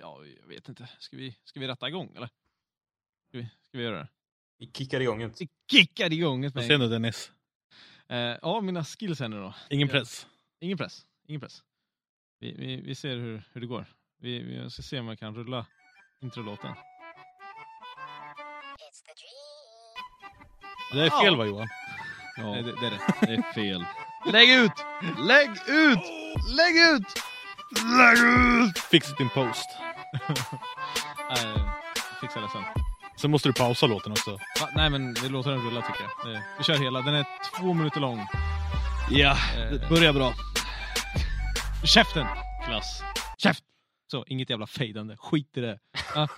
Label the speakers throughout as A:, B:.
A: Ja, jag vet inte. Ska vi, ska vi ratta igång eller? Ska vi, ska vi göra det?
B: Vi kickar igång ett.
A: Vi kickar igång ett
C: Vad
A: med
C: säger du Dennis?
A: eh, Ja, mina skills här nu då.
C: Ingen
A: Ja.
C: press.
A: Ingen press. Ingen press. Vi, vi, vi ser hur, hur det går. Vi, vi jag ska se om jag kan rulla introlåten.
C: Det där är fel va Johan?
A: Ja,
C: Nej,
A: det,
C: det, det är det.
A: det är fel. Lägg ut! Lägg ut! Lägg ut! Lägg ut!
C: Fix it in post.
A: Eh, Fixa det sen.
C: Sen måste du pausa låten också.
A: Va, nej men vi låter den rulla tycker jag. Det, vi kör hela. Den är två minuter lång.
C: Ja,
A: det
C: börjar bra.
A: Käften! Klass. Käft! Så, inget jävla fejdande. Skit i det. Ja.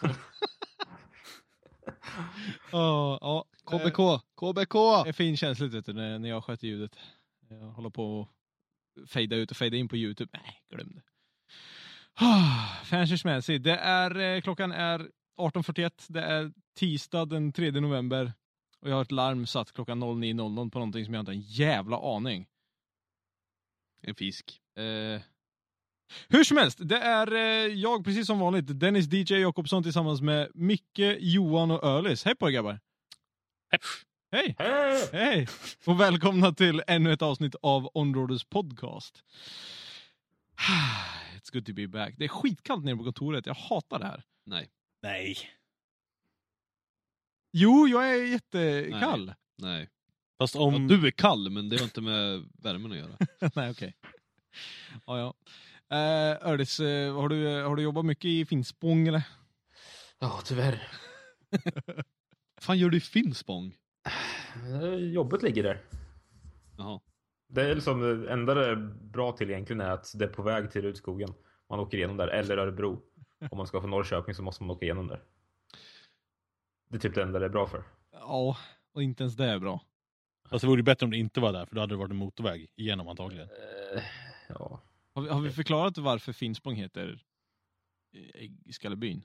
A: Ja, ja. Eh,
C: KBK, KBK!
A: Det är finkänsligt vet du, när, när jag sköter ljudet. Jag håller på att fejda ut och fejda in på Youtube. Nej, glöm det. Ah, Fansers Mancy. Det är, eh, klockan är 18.41. Det är tisdag den 3 november. Och jag har ett larm satt klockan 09.00 på någonting som jag inte har en jävla aning. En fisk. Eh, hur som helst, det är eh, jag precis som vanligt, Dennis DJ Jakobsson tillsammans med Micke, Johan och Ölis. Hej på er grabbar! Hej! Hej och välkomna till ännu ett avsnitt av Onroaders podcast. It's good to be back. Det är skitkallt nere på kontoret. Jag hatar det här. Nej.
C: Nej.
A: Jo, jag är jättekall.
D: Nej.
C: Fast om...
D: Ja, du är kall, men det har inte med värmen att göra.
A: Nej, okej. Ja, ja. Eh, Ördis, eh, har du, har du jobbat mycket i Finspång eller?
B: Ja, tyvärr.
D: fan gör du i Finspång?
B: Eh, Jobbet ligger där.
D: Jaha.
B: Det är liksom det enda det är bra till egentligen är att det är på väg till Rudskogen. Man åker igenom där, eller Örebro. Om man ska från Norrköping så måste man åka igenom där. Det är typ det enda det är bra för.
A: Ja, och inte ens det är bra.
C: Fast det vore ju bättre om det inte var där, för då hade det varit en motorväg igenom antagligen.
B: Eh, Ja,
A: Har vi, har vi förklarat varför Finspång heter Äggskallebyn?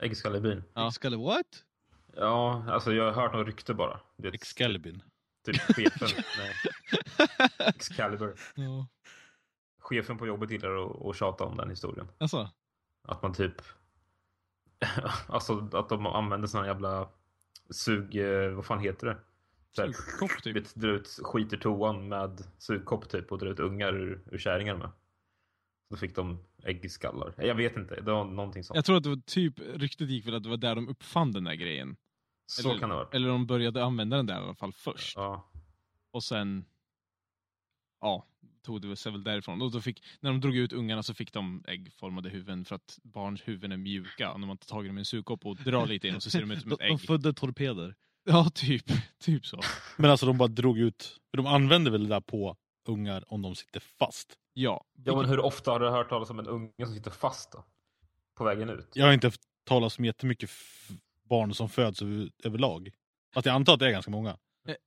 B: Äggskallebyn.
A: Ja.
D: Skalle what?
B: Ja, alltså jag har hört något rykte bara. Det är
C: Excalibin.
B: typ chefen. Nej, Excalibur.
A: Ja.
B: Chefen på jobbet gillar att- att tjata om den historien.
A: Alltså,
B: Att man typ... alltså att de använder såna jävla sug... eh, Vad fan heter det? Så här,
A: sugkopp typ.
B: Vet, drar ut, skiter toan med sugkopp typ och drar ut ungar ur, ur kärringar med. Så fick de äggskallar. Jag vet inte, det var någonting sånt.
A: Jag tror att det var typ, ryktet gick väl att det var där de uppfann den där grejen.
B: Så
A: eller-
B: kan det vara.
A: Eller de började använda den där i alla fall först.
B: Ja.
A: Och sen, ja, tog det sig väl därifrån. Och då fick, när de drog ut ungarna så fick de äggformade huvuden för att barns huvuden är mjuka. Och när man tar tag i dem i en sugkopp och drar lite in och så ser de ut som
C: De,
A: ett ägg.
C: de födde torpeder.
A: Ja, typ. Typ så.
C: Men alltså de bara drog ut, för de använder väl det där på ungar om de sitter fast.
A: Ja.
B: ja, men hur ofta har du hört talas om en unge som sitter fast då? På vägen ut?
C: Jag har inte haft talat om jättemycket f- barn som föds över- överlag. Fast jag antar att det är ganska många.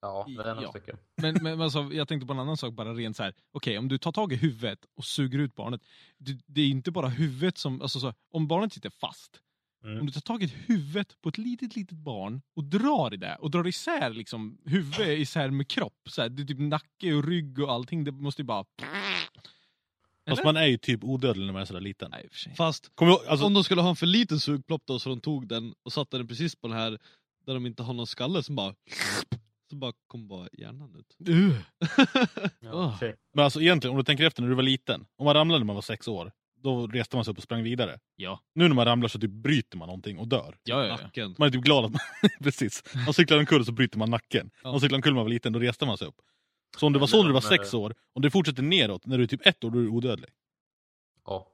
B: Ja, det är några
A: Ja.
B: stycken.
A: Men, men men alltså, jag tänkte på en annan sak bara rent så här. Okej, om du tar tag i huvudet och suger ut barnet. Du, det är inte bara huvudet som, alltså så, om barnet sitter fast.
B: Mm.
A: Om du tar tag i huvudet på ett litet, litet barn och drar i det och drar isär liksom huvud isär med kropp. Så här, det är typ nacke och rygg och allting. Det måste ju bara...
C: Fast
A: Eller?
C: man är ju typ odödlig när man är sådär liten.
A: Nej, i och för sig.
D: Fast
C: Kommer du ihåg, alltså,
D: om de skulle ha en för liten sugplopp då så de tog den och satte den precis på den här där de inte har någon skalle som bara... Så bara kom bara hjärnan ut.
B: Ja, tjej.
C: men alltså egentligen, om du tänker efter när du var liten. Om man ramlade när man var sex år, då reste man sig upp och sprang vidare.
A: Ja.
C: Nu när man ramlar så typ bryter man någonting och dör.
A: Ja, ja, ja.
D: Nacken.
C: Man är typ glad att man... Precis. Man cyklar omkull och så bryter man nacken.
D: Ja.
C: Man cyklar omkull när man var liten, då reste man sig upp. Så om det var
B: Men
C: så när du var
B: om, eh,
C: sex år, om det fortsätter neråt, när du är typ ett år, då är du odödlig.
B: Ja.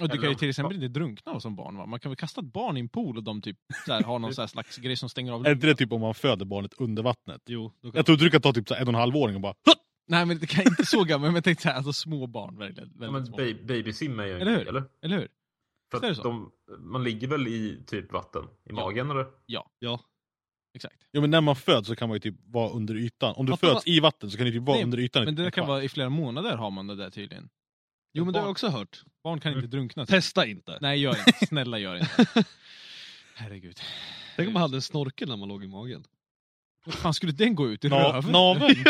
A: Och du
B: Eller
A: kan ju
B: om-
A: till exempel inte drunkna som barn va? Man kan väl kasta ett barn i en pool och de typ så här, har någon så här slags grej som stänger av
C: Är inte det typ om man föder barnet under vattnet?
D: Jo, då kan...
C: Jag tror du kan ta typ så här en och en halv åring och bara "Hutt!"
A: Nej men det kan inte så gammal, men jag tänkte såhär, alltså små barn väldigt, väldigt
B: ja men
A: små.
B: ba- babysimmar ju
A: Eller hur?
B: eller?
A: Eller hur? Visst
B: För
A: är det
B: att
A: så?
B: de, man ligger väl i typ vatten? I magen eller?
D: Ja.
A: Exakt.
C: Jo men när man föds så kan man ju typ vara under ytan. Om du
A: Fast det
C: föds
A: var-
C: i vatten så kan du typ vara
A: Nej,
C: under ytan i
A: Men det
C: typ
A: där
C: en
A: kan
C: kvart.
A: vara i flera månader har man det där tydligen.
D: Jo men det har jag
A: barn,
D: också hört.
A: barn kan inte drunkna.
D: Mm.
A: typ.
D: Testa inte.
A: Nej gör inte, snälla gör inte. Herregud.
D: Tänk om man hade en snorkel när man låg i magen.
A: Hur fan skulle den gå ut i
C: Na-
A: röven?
C: naveln?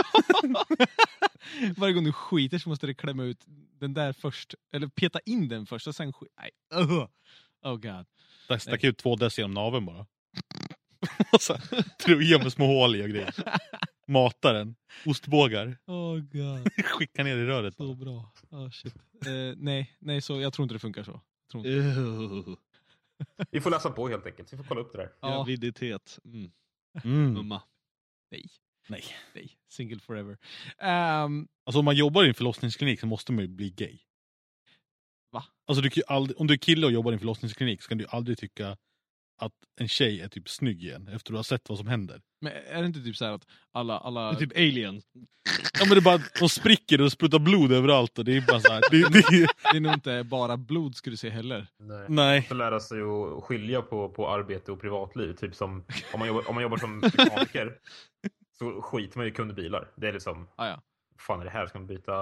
A: Varje gång du skiter så måste du klämma ut den där först. Eller peta in den först och sen skit. Nej. Ugh. Oh god.
C: Där stack ut två dess genom naveln bara. Och så Tröja med små hål i och grejer. Matar den. Ostbågar.
A: Oh god.
C: Skickar ner i röret.
A: Så bra. Ah, shit. Eh, nej, nej så, jag tror inte det funkar så. Jag tror inte.
D: Eww.
B: Vi får läsa på helt enkelt. Vi får kolla upp det där.
A: Ja.
D: Graviditet. Mm.
C: Mm.
D: Mumma.
A: Nej.
C: Nej.
A: Nej. Single forever. Ehm,
C: Alltså om man jobbar i en förlossningsklinik så måste man ju bli gay.
A: Va?
C: Alltså du kan ju aldrig, om du är kille och jobbar i en förlossningsklinik så kan du ju aldrig tycka att en tjej är typ snygg igen efter du har sett vad som händer.
A: men är det inte typ så här att alla... alla...
D: Det är typ alien.
C: Ja men det är bara att de spricker och det sprutar blod överallt och det är bara så här, det, det,
A: Det är nog inte bara blod ska du se heller.
B: Nej.
C: Nej.
B: Får lära sig att skilja på, på arbete och privatliv. Typ som om man jobbar, om man jobbar som mekaniker så skiter man ju i kundbilar. Det är liksom,
A: Ah, ja.
B: fan är det här? Ska man byta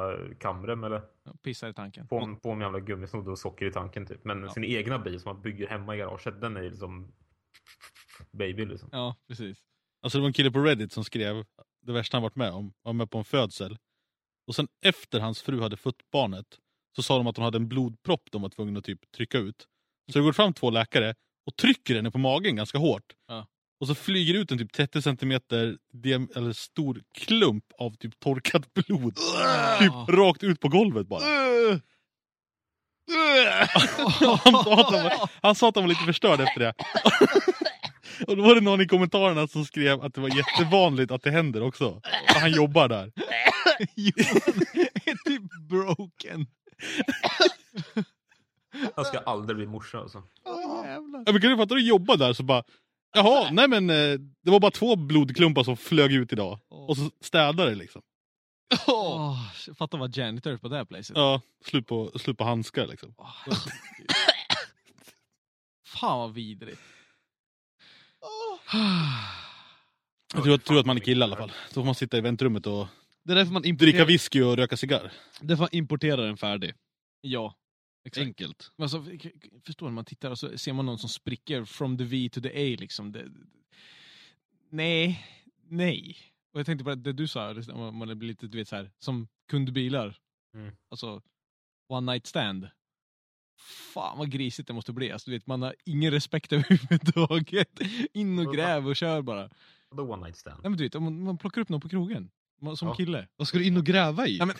B: kamrem eller?
A: Jag Pissar i tanken.
B: På,
C: Mm.
B: på med jävla gummisnodd och socker i tanken typ. Men sin egna bil som man bygger hemma i garaget, den är ju liksom baby liksom.
A: Ja, precis.
C: Alltså det var en kille på Reddit som skrev det värsta han varit med om. Han var med på en födsel. Och sen efter hans fru hade fött barnet så sa de att hon hade en blodpropp de var tvungna att typ trycka ut. Så det går fram två läkare och trycker henne på magen ganska hårt.
A: Ja.
C: Och så flyger ut en typ 30 centimeter diam- eller stor klump av typ torkat blod. Typ rakt ut på golvet bara. han, sa att han, var, han sa att han var lite förstörd efter det. Och då var det någon i kommentarerna som skrev att det var jättevanligt att det händer också. För han jobbar där.
A: Johan är typ broken.
B: Jag ska aldrig bli morsa alltså.
A: Åh jävlar.
C: Ja, men kan du fatta att du jobbar där så bara Jaha, nej men eh, det var bara två blodklumpar som flög ut idag. Och så städade det liksom.
A: Oh, fatta vad janitor på det här placet.
C: Ja, slut på, slut på handskar liksom.
A: Åh, herregud. Fan vad vidrigt.
C: Jag tror, jag tror att man är kille i alla fall. Då får man sitta i väntrummet och
D: Det är därför man
C: dricka
D: importerar,
C: whisky och röka cigarr.
D: därför man importerar den färdig.
A: Ja, exakt.
D: Enkelt.
A: Men Alltså, k- k- förstår du, man tittar och så ser man någon som spricker from the V to the A liksom. Det, nej, nej. Och jag tänkte på det, det du sa, det- om man blir lite, du vet så här, som kundbilar.
B: Mm.
A: Alltså, one night stand. Fan vad grisigt det måste bli. Alltså, du vet, man har ingen respekt överhuvudtaget. In och gräv och kör bara.
B: The one night stand.
A: Nej men du vet, om man, man plockar upp någon på krogen. Man, som
B: Ja.
A: kille.
D: Vad ska du in och gräva i?
A: Ja, men,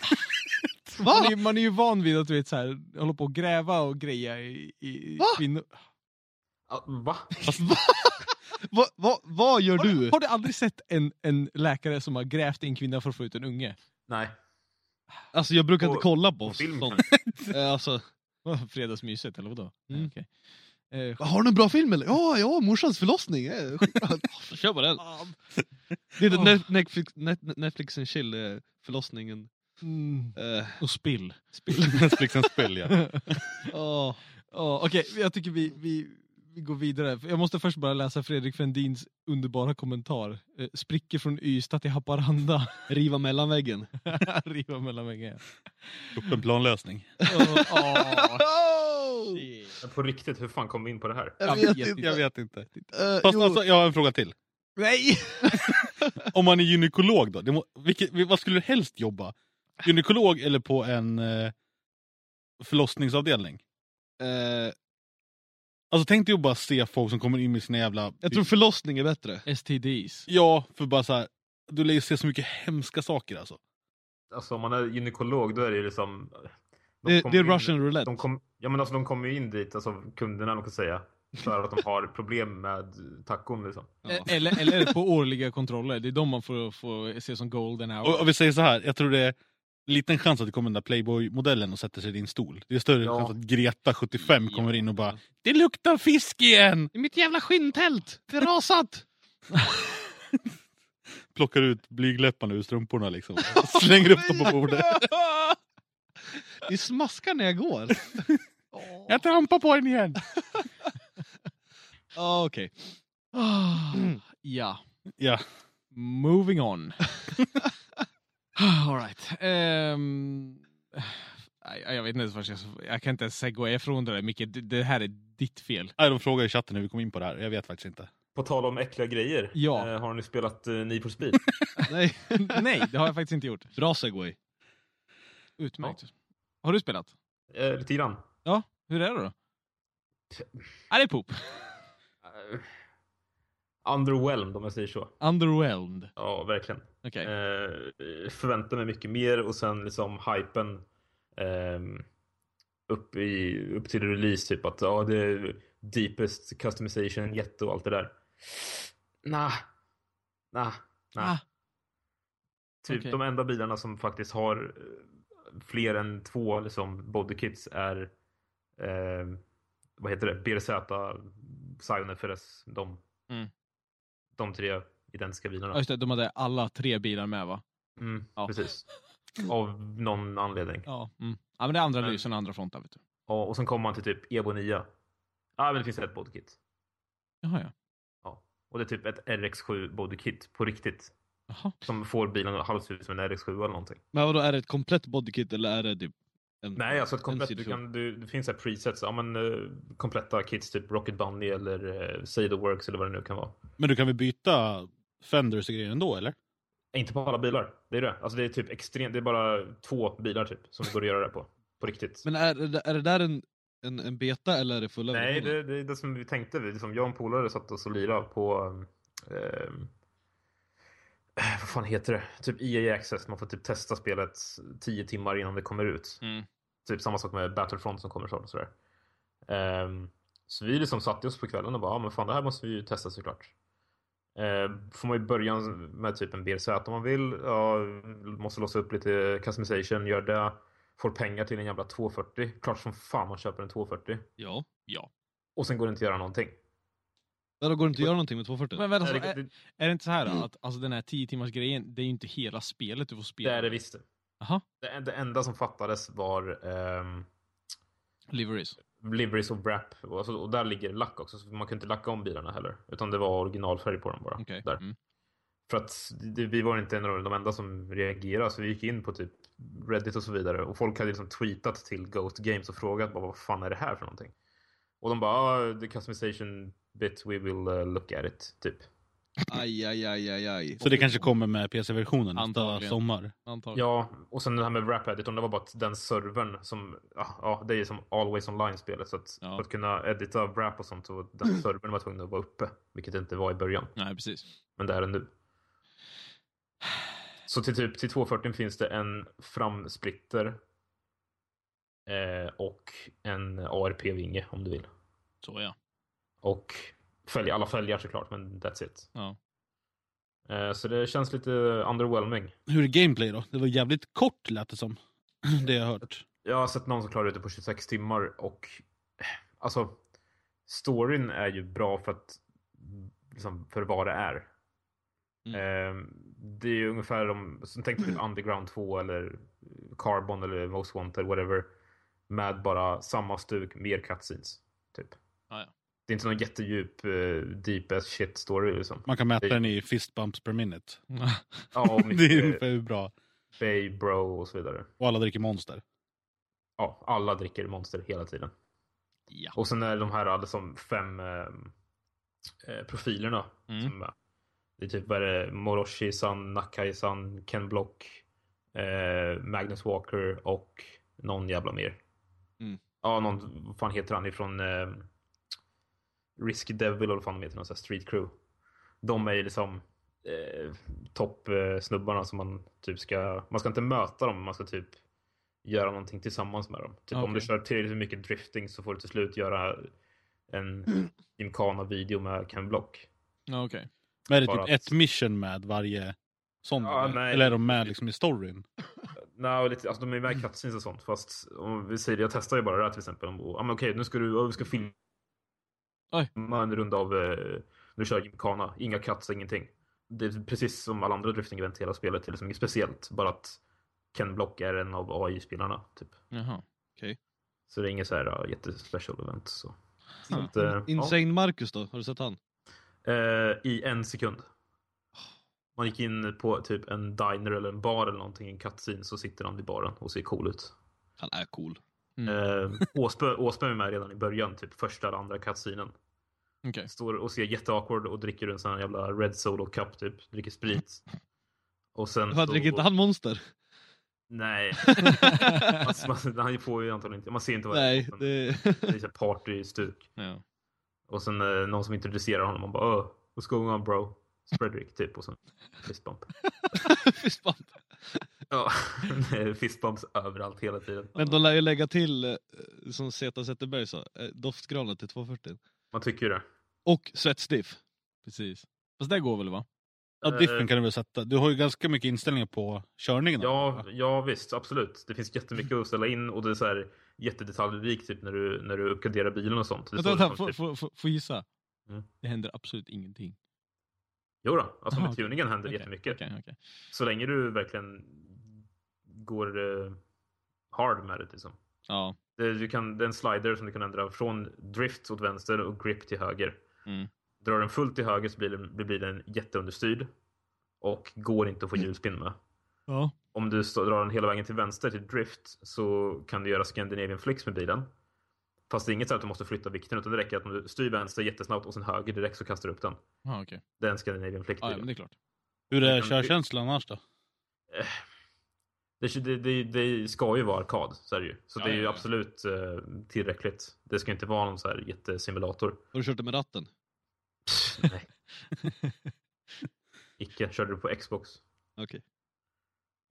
A: man, är, ju- man är ju van vid att du vet så här, hålla på och gräva och greja i, i i
D: Va?
A: kvinnor.
B: Ah, va?
D: Alltså, Va, va, vad gör
A: Har du,
D: du?
A: har du aldrig sett en, en läkare som har grävt i en kvinna för att få ut en unge?
B: Nej.
D: Alltså jag brukar
B: På-
D: inte kolla på
B: på film
D: sånt. Eh, alltså,
A: Vad, Fredagsmyset eller vadå?
D: Mm. Ah,
A: Okej. Eh, sk-
D: har du en bra film eller? Ja, ja, morsans förlossning. eh, skitbra. Kör på den.
C: Ah.
D: Det heter
A: Ah.
D: Net- Netflix, Net- Netflix and chill, eh, förlossningen.
A: mm.
D: Eh,
A: Och spill.
C: Netflixens spel ja.
A: Ja, Okej, jag tycker vi, vi, vi går vidare. Jag måste först bara läsa Fredrik Fendins underbara kommentar. Eh, Spricker från Ystad till Haparanda.
D: Riva mellanväggen.
A: Riva mellan väggarna.
C: Upp en planlösning.
A: Eh,
B: Men på riktigt, hur fan kom vi in på det här?
A: Jag vet inte.
C: Jag vet inte.
D: Eh,
C: Fast
D: jo,
C: alltså, jag har en fråga till.
A: Nej!
C: Om man är gynekolog då? Det må, vilket, vad skulle du helst jobba? Gynekolog eller på en eh, förlossningsavdelning?
D: eh,
C: Alltså tänk dig att bara se folk som kommer in med sina jävla...
D: jag tror förlossning är bättre.
A: STDs.
C: Ja, för bara så här, du lär ju se så mycket hemska saker alltså.
B: Alltså om man är gynekolog, då är det ju liksom... de
D: Det,
B: kommer
D: det är
B: in-
D: Russian roulette.
B: De kom, ja men alltså de kommer ju in dit, alltså kunderna man kan säga. För att de har problem med tacon liksom.
D: Ja.
A: Eh, Eller, eller på årliga kontroller. Det är de man får, får se som golden hour.
C: Och, och vi säger så här, jag tror det är liten chans att det kommer den där Playboy-modellen och sätter sig i din stol. Det är större
B: Ja.
C: chans att Greta, 75, kommer in och bara “Det luktar fisk igen!”
D: I mitt jävla skinntält! Det är rasat!
C: Plockar ut blygläpparna ur strumporna liksom. och Slänger upp dem på bordet.
D: Det smaskar när jag går.
C: “Jag trampar på den igen!”
D: Ja, Okej.
A: Ah, ja.
C: Ja,
A: Moving on. All right. Ehm, nej, jag vet inte ens vad jag ska... Jag kan inte ens segwaya ifrån det där Micke. Det, det här är ditt fel.
C: Nej, de frågar i chatten hur vi kom in på det här, jag vet faktiskt inte.
B: På tal om äckliga grejer.
A: Ja.
B: eh, har ni spelat eh, Need for Speed?
D: Nej.
A: Nej, det har jag faktiskt inte gjort.
D: Bra segway.
A: Utmärkt. Har du spelat?
B: eh, lite grann.
A: Hur är det då? Ja, det är poop.
B: Eh, underwhelmed om jag säger så.
A: Underwhelmed.
B: Ja, verkligen.
A: Okej.
B: Eh, förväntar mig mycket mer och sen liksom hypen ehm, upp, i, upp till release typ att ja, det är deepest customization, jätte och allt det där. Nah. Nah. Nah.
A: Ah.
B: Typ
A: okej.
B: de enda bilarna som faktiskt har eh, fler än två liksom, bodykits är ehm, vad heter det? BRZ, Scion FRS, de,
A: Mm.
B: de tre identiska bilarna.
A: Ja, just det, de hade alla tre bilar med va?
B: Mm,
A: Ja.
B: Precis. Av någon anledning. Ja.
A: Ja. Mm. ja men det är andra
B: Men-
A: lysen och andra frontar. Vet du.
B: och sen kommer man till typ Evo 9. Ja, men det finns ett bodykit.
A: Jaha, ja.
B: Ja. Och det är typ ett RX7 bodykit på riktigt.
A: Jaha.
B: Som får bilen att halvt se ut som en RX7 eller någonting.
D: Men vadå, är det ett komplett bodykit eller är det typ... En,
B: Nej, alltså ett
D: en
B: komplett. Du
D: sidofråga?
B: kan, du, det finns så här presets. Ja, men eh, kompletta kits, typ Rocket Bunny eller uh, Say the Works eller vad det nu kan vara.
C: Men du kan väl byta Fenders och grejer ändå eller?
B: Eh, Inte på alla bilar. Det är det. Alltså det är typ extremt. Det är bara två bilar typ som det går att göra det på. På riktigt.
D: Men är, det- är det där en, en, en beta eller är det fulla
B: Nej,
D: versionen?
B: det, det är det som vi tänkte. Vi, liksom, jag och en polare satt oss och lirade på... ehm, eh, vad fan heter det? Typ EA Access. Man får typ testa spelet 10 timmar innan det kommer ut.
A: Mm.
B: Typ samma sak med Battlefront som kommer snart och sådär. Ehm, så vi liksom satte oss på kvällen och bara, ja men fan det här måste vi ju testa såklart. Ehm, får man ju börja med typ en BRZ om man vill. Ja, måste låsa upp lite customization, gör det. Får pengar till en jävla 240. Klart som fan man köper en 240.
D: Ja.
B: Och sen går det inte att göra någonting.
D: Vadå, går det inte att göra någonting med 240?
A: Men alltså, eh, vänta, så,
B: är
A: är,
B: det, det,
A: är det inte så här då, att alltså, den här 10 timmars grejen det är ju inte hela spelet du får
B: det
A: spela?
B: är det visst.
A: Aha.
B: Det, det enda som fattades var ehm,
A: Liveries.
B: liveries och wrap. Och, alltså, och där ligger lack också, så man kunde inte lacka om bilarna heller. Utan det var originalfärg på dem bara.
A: Okej.
B: Där.
A: Mm.
B: För att det, vi var inte en av de enda som reagerade, så vi gick in på typ Reddit och så vidare. Och folk hade liksom tweetat till Ghost Games och frågat bara, vad fan är det här för någonting? Och de bara, ah, the customization bit, we will eh, look at it, typ.
D: Aj, aj, aj, aj, aj.
C: Så det kanske kommer med PC-versionen nästa
A: Antagligen.
C: sommar?
A: Antagligen.
B: Ja, och sen det här med Wrap Editorn, det var bara att den servern som, ja, ja det är ju som Always Online-spelet. Så att
A: Ja. Mm.
B: för att kunna edita Wrap och sånt så var den servern var tvungen att vara uppe. Vilket det inte var i början,
A: Nej, precis.
B: men det är den nu. Så till typ till 240 finns det en framsplitter. Eh, och en ARP-vinge om du vill.
A: Så ja.
B: Och fälg, alla fälgar såklart, men that's it.
A: Ja.
B: Eh, så det känns lite underwhelming.
C: Hur är gameplay då? Det var jävligt kort lät det som. Det jag hört.
B: Jag har sett någon som klarar ut det på 26 timmar och eh, alltså storyn är ju bra för att liksom, för vad det är.
C: Mm.
B: Eh, det är ju ungefär om, som tänkte typ Underground 2 eller Carbon eller Most Wanted, whatever. Med bara samma stuk, mer cutscenes. Typ.
A: Ja,
C: Ah,
A: ja.
B: Det är inte någon jättedjup eh, deep as shit story liksom.
C: Man kan mäta den i fist bumps per minute.
B: Ja, och
C: det är
B: mycket
C: ungefär hur bra.
B: Bay Bro och så vidare.
C: Och alla dricker Monster.
B: Ja, alla dricker Monster hela tiden.
A: Ja.
B: Och sen är det de här alla som fem eh, eh, profilerna.
A: Mm.
B: Som, eh, det är typ vad är det, Moroshi-san, Nakai-san, Ken Block, eh, Magnus Walker och någon jävla mer.
D: Mm.
B: Ja, någon, vad fan heter han ifrån eh, Risk Devil eller vad fan de heter, någon sån här Street Crew. De är ju liksom eh, toppsnubbarna som man typ ska, man ska inte möta dem, man ska typ göra någonting tillsammans med dem. Typ om du
A: Okej.
B: kör tillräckligt mycket drifting så får du till slut göra en Gymkhana-video med Ken Block.
A: Ja, okej.
C: Men är det
B: Bara
C: typ
B: att-
C: ett mission med varje sån?
B: Ja,
C: eller?
B: nej.
C: Eller är de med liksom i storyn?
B: Nej, och lite, alltså de är ju med i cutscenes och sånt. Fast om vi säger, jag testar ju bara det här till exempel. Om, och, ja, men okej, nu ska du, ja, vi ska filma
A: Oj.
B: en runda av, eh, nu kör jag gymkhana. Inga cuts, ingenting. Det är precis som alla andra drifting event i hela spelet. Det är liksom inget speciellt. Bara att Ken Block är en av AI-spelarna. Typ.
A: Jaha.
B: Så det är inget så här ja, jättespecial event. Så. Så
A: Hmm.
B: att, eh,
D: Insane Marcus då? Har du sett han?
B: ja, eh, I en sekund. Man gick in på typ en diner eller en bar eller någonting, en cutscene, så sitter han vid baren och ser cool ut.
D: Han är cool.
B: Eh, Åsbö, Åsbö är med redan i början, typ första eller andra cutscenen.
A: Okej.
B: Står och ser jätteawkward och dricker en sån här jävla Red Solo Cup typ. Dricker sprit. Och sen
D: Varför dricker inte han monster?
B: Nej. Alltså, man, han får ju antagligen inte, man ser inte vad
D: Nej,
B: det är.
D: det...
B: Det är så här partystuk.
A: Ja.
B: Och sen eh, någon som introducerar honom, man bara öh, what's going on bro? Fredrik typ och sen fistbump.
D: Fist bump.
B: Ja, fistbumps överallt hela tiden.
D: Men de lär ju lägga till, eh, som Zeta Zetterberg sa, eh, doftgranar till 240.
B: Man tycker ju det.
D: Och svettstiff.
A: Precis. Fast det går väl va?
C: Ja,
B: Eh,
C: diffen kan du väl sätta? Du har ju ganska mycket inställningar på körningen.
B: Ja,
C: va?
B: ja visst, absolut. Det finns jättemycket att ställa in och det är så här jättedetaljrikt typ när du, när du uppgraderar bilen och sånt. Det
A: Vänta,
B: står
A: vänta,
B: liksom
A: får,
B: typ-
A: får, får, får gissa?
B: Mm.
A: Det händer absolut ingenting.
B: Jo då,
A: Aha,
B: alltså med
A: okej.
B: tuningen händer
A: Okej,
B: jättemycket.
A: okej, okej.
B: Så länge du verkligen går eh, hard med det liksom.
A: Ja.
B: Det, du kan, det är en slider som du kan ändra från drift åt vänster och grip till höger.
A: Mm.
B: Drar den fullt till höger så blir den, blir den jätteunderstyrd och går inte att få
A: Mm.
B: hjulspinn med.
A: Ja.
B: om du stå- drar den hela vägen till vänster till drift så kan du göra Scandinavian flicks med bilen. Fast det är inget så att du måste flytta vikten utan det räcker att om du styr vänster jättesnabbt och sen höger direkt så kastar du upp den.
A: Ja, okej.
B: Det är en Scandinavian flick
A: Ja, ja, men det
B: det...
A: är klart.
C: Hur
B: jag
C: är
B: kan-
C: körkänslan annars då?
B: Det, det, det ska ju vara arkad, så är det ju. Så
A: Ja,
B: det är
A: ja,
B: ju
A: ja.
B: absolut eh, tillräckligt. Det ska inte vara någon så här jättesimulator.
D: Har du kört det med ratten?
B: Pff, Nej, icke. Körde du på Xbox?
D: Okej.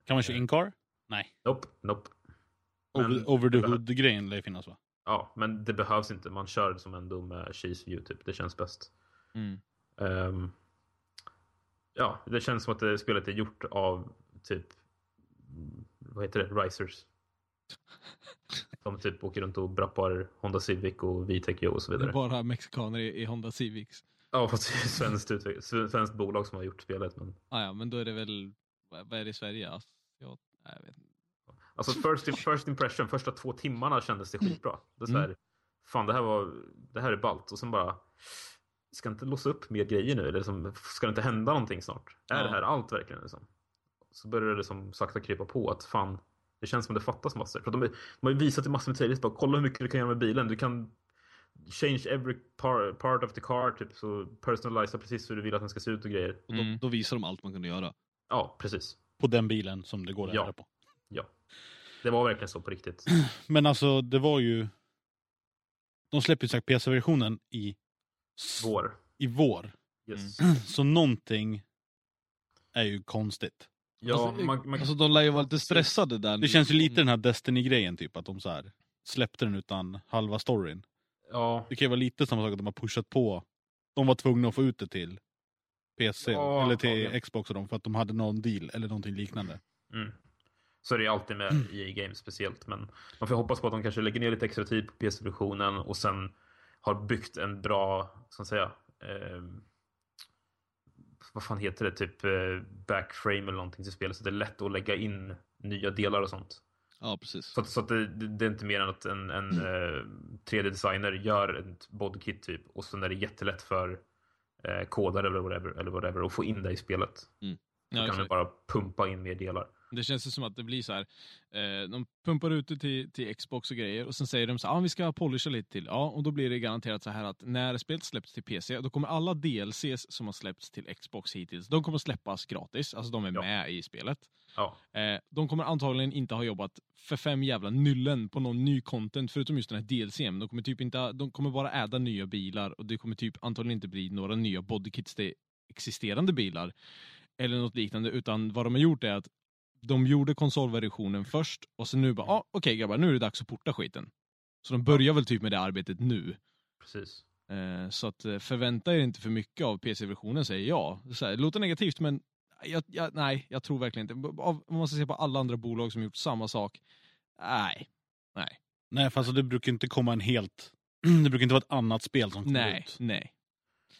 C: Kan man köra in-car? Nej.
B: Nope, nope. Men-
C: Over, over the hood-grejen lär ju finnas va?
B: Ja, men det behövs inte. Man kör som ändå med cheese view typ. Det känns bäst.
A: Mm.
B: Ehm, ja, det känns som att det spelet är gjort av typ vad heter det? Risers. De typ åker runt och brappar Honda Civic och VTEC och så
A: Det
B: vidare.
A: är bara mexikaner i, i Honda Civics.
B: Ja, fast det är svenskt, utveck- sve- svenskt bolag som har gjort spelet. Men...
A: Ah, ja, men då är det väl, vad vad är det i Sverige? Asiat? Nej, jag vet inte.
B: Alltså first, first impression, första två timmarna kändes det skitbra. Det är så här, fan det här var, det här är ballt. Och sen bara, ska inte låsa upp mer grejer nu? Eller liksom, ska det inte hända någonting snart? Är
A: Ja.
B: det här allt verkligen? Liksom? Så började det liksom sakta krypa på att fan, det känns som att det fattas massor. För de, är- de har ju visat i massor med trailers, bara kolla hur mycket du kan göra med bilen. Du kan change every par, part of the car, typ så personalisa precis hur du vill att den ska se ut och grejer.
D: Och då,
A: Mm.
D: då visar de allt man kunde göra.
B: Ja, precis.
C: På den bilen som det går att
B: Ja.
C: ändra på.
B: Det var verkligen så på riktigt.
C: Men alltså det var ju... De släpper ju sagt PC-versionen i s-
B: Vår.
C: i vår.
B: Yes.
C: Så någonting är ju konstigt.
B: Ja,
D: alltså,
B: man, man,
D: alltså de lär ju vara lite stressade där nu.
C: Det känns ju
B: Mm.
C: lite den här Destiny-grejen typ, att de så här släppte den utan halva storyn.
B: ja.
C: Det kan ju vara lite samma sak att de har pushat på. De var tvungna att få ut det till PC,
B: Ja,
C: eller till
B: antagligen.
C: Xbox och dem, för att de hade någon deal eller någonting liknande.
B: Mm. Så är det ju alltid med EA Games speciellt. Men man får hoppas på att de kanske lägger ner lite extra tid på PC-produktionen och sen har byggt en bra, så att säga, eh, vad fan heter det, typ eh, backframe eller någonting till spelet. Så det är lätt att lägga in nya delar och sånt.
D: Ja, precis.
B: Så, att, så att det, det det är inte mer än att en, en eh, 3D-designer gör ett bodykit typ och sen är det jättelätt för eh, kodare eller whatever, eller whatever att få in det i spelet. Då
A: Ja,
B: kan du
A: exakt.
B: bara pumpa in mer delar.
A: Det känns ju som att det blir så här. Eh, de pumpar ut det till, till Xbox och grejer och sen säger de så här, ah, vi ska polisha lite till. Ja, och då blir det garanterat så här att när spelet släpps till PC, då kommer alla DLCs som har släppts till Xbox hittills, de kommer släppas gratis. Alltså de är
B: Ja.
A: med i spelet.
B: Ja,
A: Eh, de kommer antagligen inte ha jobbat för fem jävla nyllen på någon ny content förutom just den här DLCn. De kommer, typ inte, ha- de kommer bara äda nya bilar och det kommer typ antagligen inte bli några nya bodykits till existerande bilar eller något liknande utan vad de har gjort är att de gjorde konsolversionen först och sen nu bara ah, okej grabbar nu är det dags att porta skiten. Så de börjar väl typ med det arbetet nu.
B: precis.
A: Eh, Så att eh, förvänta er inte för mycket av PC-versionen säger jag. Så här, det låter negativt men jag, jag, nej, jag tror verkligen inte. B- Av, om man ska se på alla andra bolag som gjort samma sak. Nej, nej,
C: Nej, för alltså det brukar inte komma en helt... Det brukar inte vara ett annat spel som kommer
A: nej,
C: ut.
A: nej.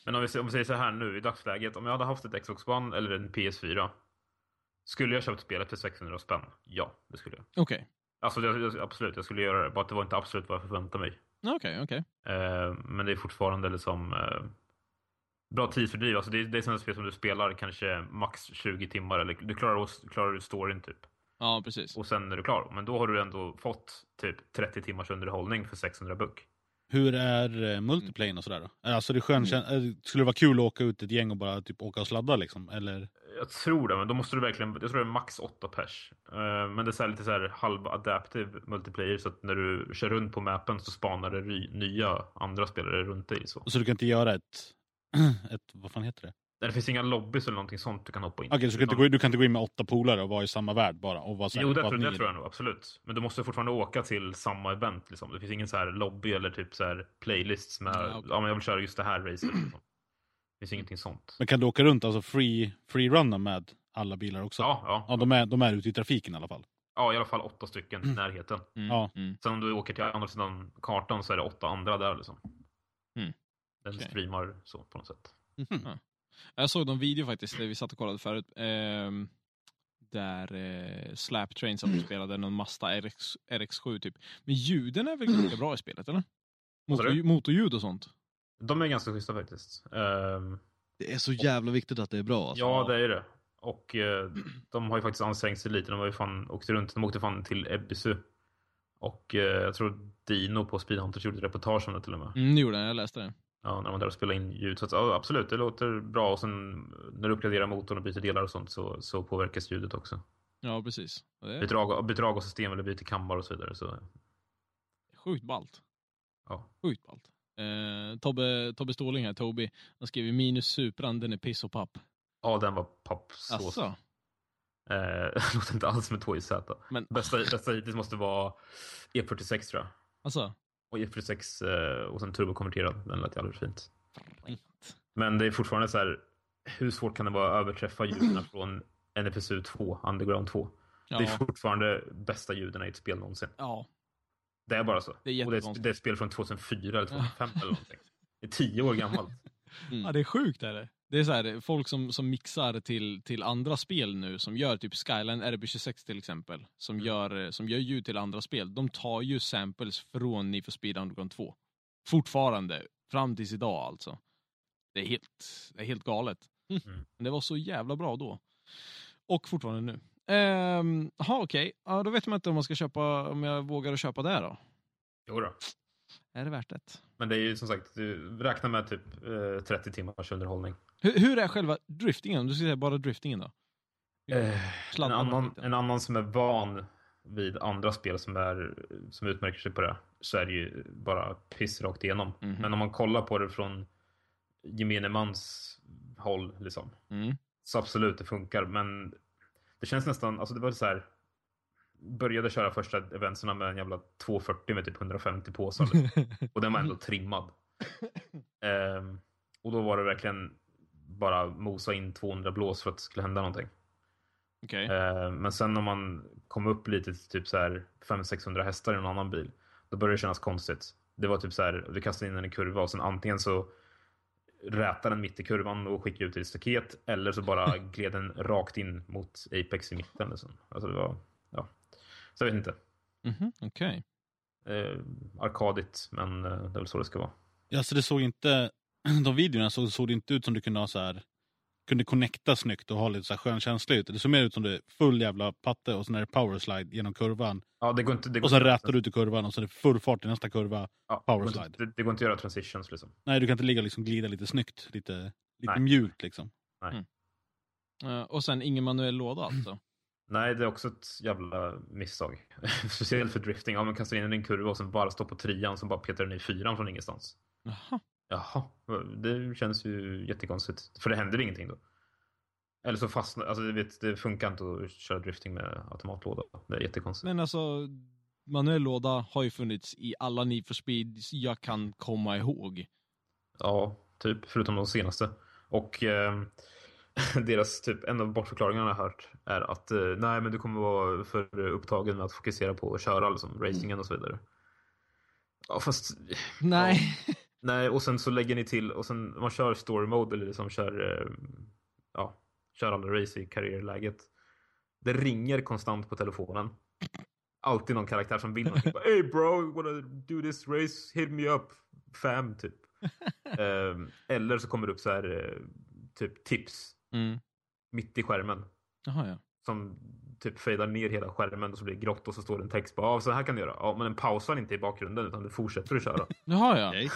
B: Men om vi, säger- om vi säger så här nu i dagsläget. Om jag hade haft ett Xbox One eller en PS4. Skulle jag köpt spelet för 600 spänn? Ja, det skulle jag.
A: Okej,
B: Alltså jag, jag, absolut, jag skulle göra det. Bara att det var inte absolut vad jag förväntade mig.
A: Ja, okej, okej.
B: Eh, men det är fortfarande liksom eh, bra tidsfördriv. Alltså det, är- det är sådana spel som du spelar kanske max 20 timmar. Eller du klarar, oss- klarar du storyn typ.
A: Ja, precis.
B: Och sen är du klar. Men då har du ändå fått typ 30 timmars underhållning för 600 buck.
C: Hur är eh, multiplayen och sådär då? Eh, Alltså det är
B: Mm.
C: skön, kän- eh, Skulle det vara kul att åka ut ett gäng och bara typ åka och sladda liksom? Eller?
B: Jag tror det, men då måste du verkligen, jag tror det är max 8 pers. Eh, Men det är så här lite så här halv-adaptive multiplayer så att när du kör runt på mappen så spanar det ry- nya andra spelare runt dig. Så.
C: Så alltså, du kan inte göra ett... ett vad fan heter det?
B: Det finns inga lobbys eller någonting sånt du kan hoppa in i.
C: Okej, så du kan, inte
B: Utan-
C: gå, in- du kan inte gå in med åtta polare och vara i samma värld bara? Och vara så här,
B: Jo, det,
C: bara
B: tror,
C: ni
B: det
C: är-
B: tror jag nog absolut. Men du måste fortfarande åka till samma event. Liksom. Det finns ingen så här lobby eller typ så här playlists med
C: Ah,
A: Ja, okej.
B: ja, men jag vill köra just det här racet. Liksom. Det finns ingenting sånt.
C: Men kan du åka runt, alltså free, free runna med alla bilar också?
B: Ja, ja.
C: Ja, de är, de är ute i trafiken i alla fall.
B: ja, i alla fall åtta stycken i närheten.
A: Mm,
C: Ja.
A: mm.
B: Sen om du åker till andra sidan kartan så är det åtta andra där. Liksom.
A: Mm.
B: Den
A: Okej.
B: streamar så på något sätt.
A: Jag såg någon video faktiskt, där vi satt och kollade förut. ehm, där eh, Slap Train som spelade någon Mazda RX, RX7 typ. Men ljuden är väl ganska bra i spelet eller?
B: sa du?
A: Motor, motorljud och sånt.
B: De är ganska schyssta faktiskt. Ehm,
D: Det är så jävla viktigt att det är bra alltså.
B: Ja, det är det. Och eh, de har ju faktiskt ansträngt sig lite. De har ju fan åkt runt. De åkte fan till Ebisu. Och eh, jag tror Dino på Speedhunters gjorde ett reportage om det till och med.
A: Mm, det gjorde den, jag läste det.
B: Ja, när man var där och spelade in ljud. Så att, ja, absolut, det låter bra. Och sen när du uppgraderar motorn och byter delar och sånt så, så påverkas ljudet också.
A: Ja, precis. Och Det är
B: Byter, av, byter avgassystem eller byter kammar och så vidare. Så,
A: sjukt ballt.
B: ja.
A: Sjukt ballt. Eh, Tobbe, Tobbe Ståling här, Tobi, han skriver minus Supran, den är piss och papp.
B: ja, den var pappsås.
A: Asså?
B: Eh, låter inte alls som ett HIZ.
A: Men,
B: Bästa, bästa hittills måste vara E46 tror jag.
A: alltså,
B: Och E46 eh, och sen turbokonverterad. Den lät ju alldeles fint.
A: fränt.
B: Men det är fortfarande så här, hur svårt kan det vara att överträffa ljuden från NFSU 2, Underground 2? Det är
A: Ja,
B: fortfarande bästa ljuden i ett spel någonsin.
A: ja,
B: Det är bara så.
A: Det är
B: och det, är,
A: jättekonstigt.
B: det är ett spel från 2004 eller 2005 eller någonting. Det är tio år gammalt.
A: ja, det är sjukt är det. Det är så här, folk som, som mixar till, till andra spel nu, som gör typ Skyline RB26 till exempel, som, gör, eh, som gör ljud till andra spel, de tar ju samples från Need for Speed Underground 2. Fortfarande, fram tills idag alltså. Det är helt, det är helt galet.
B: Mm.
A: Men det var så jävla bra då. Och fortfarande nu. Ehm, Jaha, okej. Ja, då vet man inte om man ska köpa, om jag vågar att köpa det då.
B: Jo då.
A: Är det värt det?
B: Men det är ju som sagt, du räknar med typ eh, 30 timmars underhållning.
A: Hur, hur är själva driftingen? Om du ska säga bara driftingen då?
B: Eh, en,
A: Sladdarna och
B: annan,
A: skiten.
B: en annan som är van vid andra spel som, är, som utmärker sig på det, så är det ju bara piss rakt igenom.
A: Mhm.
B: Men om man kollar på det från gemene mans håll, liksom,
A: Mm.
B: Så absolut, det funkar. Men det känns nästan, alltså det var så här. Började köra första eventserna med en jävla 240 med typ 150 påsar. liksom. och den var ändå trimmad. Ehm, och då var det verkligen bara mosa in 200 blås för att det skulle hända någonting.
A: Okej.
B: Ehm, men sen när man kom upp lite till typ så här 500-600 hästar i någon annan bil. Då började det kännas konstigt. Det var typ så här, du kastade in den i kurva och sen antingen så rätade den mitt i kurvan och skickade ut i ett staket eller så bara gled den rakt in mot Apex i mitten. Liksom. Alltså det var, ja. Så jag vet inte.
A: Mhm, Okej.
B: Eh, arkadigt, men eh, det är väl så det ska vara.
C: Ja, så det såg inte, de videorna såg, såg det inte ut som du kunde ha så här, kunde connecta snyggt och ha lite så här skön känsla ut. Det såg mer ut som det är full jävla patte och sen är det powerslide genom kurvan.
B: Ja, det går inte, det går
C: Och sen
B: inte-
C: rätar du ut i kurvan och sen är det full fart i nästa kurva.
B: ja,
C: power
B: det går inte- Det, det går inte att göra transitions liksom.
C: Nej, du kan inte ligga och liksom glida lite snyggt, lite, lite
B: Nej.
C: mjukt liksom.
A: Eh, och sen ingen manuell låda alltså.
B: Nej, det är också ett jävla misstag. Speciellt för drifting. Ja, man kastar in den i en kurva och sen bara står på trean som bara petar den i fyran från ingenstans.
A: Jaha.
B: Jaha, det känns ju jättekonstigt. För det händer ingenting då. Eller så fastnar, alltså du vet, det funkar inte att köra drifting med automatlåda. Det är jättekonstigt.
A: Men alltså, manuell låda har ju funnits i alla Need for Speed jag kan komma ihåg.
B: Ja, typ. Förutom de senaste. Och eh, deras, typ, en av bortförklaringarna jag har hört är att eh, nej, men du kommer vara för upptagen med att fokusera på att köra liksom, racingen och så vidare. Ja, fast
A: Nej.
B: nej, och sen så lägger ni till och sen man kör story mode eller liksom kör, eh, ja, kör alla race i karriärläget. Det ringer konstant på telefonen. Alltid någon karaktär som vill någonting. Bara, hey bro, wanna do this race? Hit me up, fam, typ. Ehm, eller så kommer det upp så här eh, typ tips
A: Mm.
B: mitt i skärmen
A: Jaha, ja.
B: som typ fejdar ner hela skärmen och så blir det grått och så står det en text bara ah, så här kan du göra. Ja, men den pausar inte i bakgrunden utan du fortsätter att köra.
A: Jaha, ja.
D: Okej.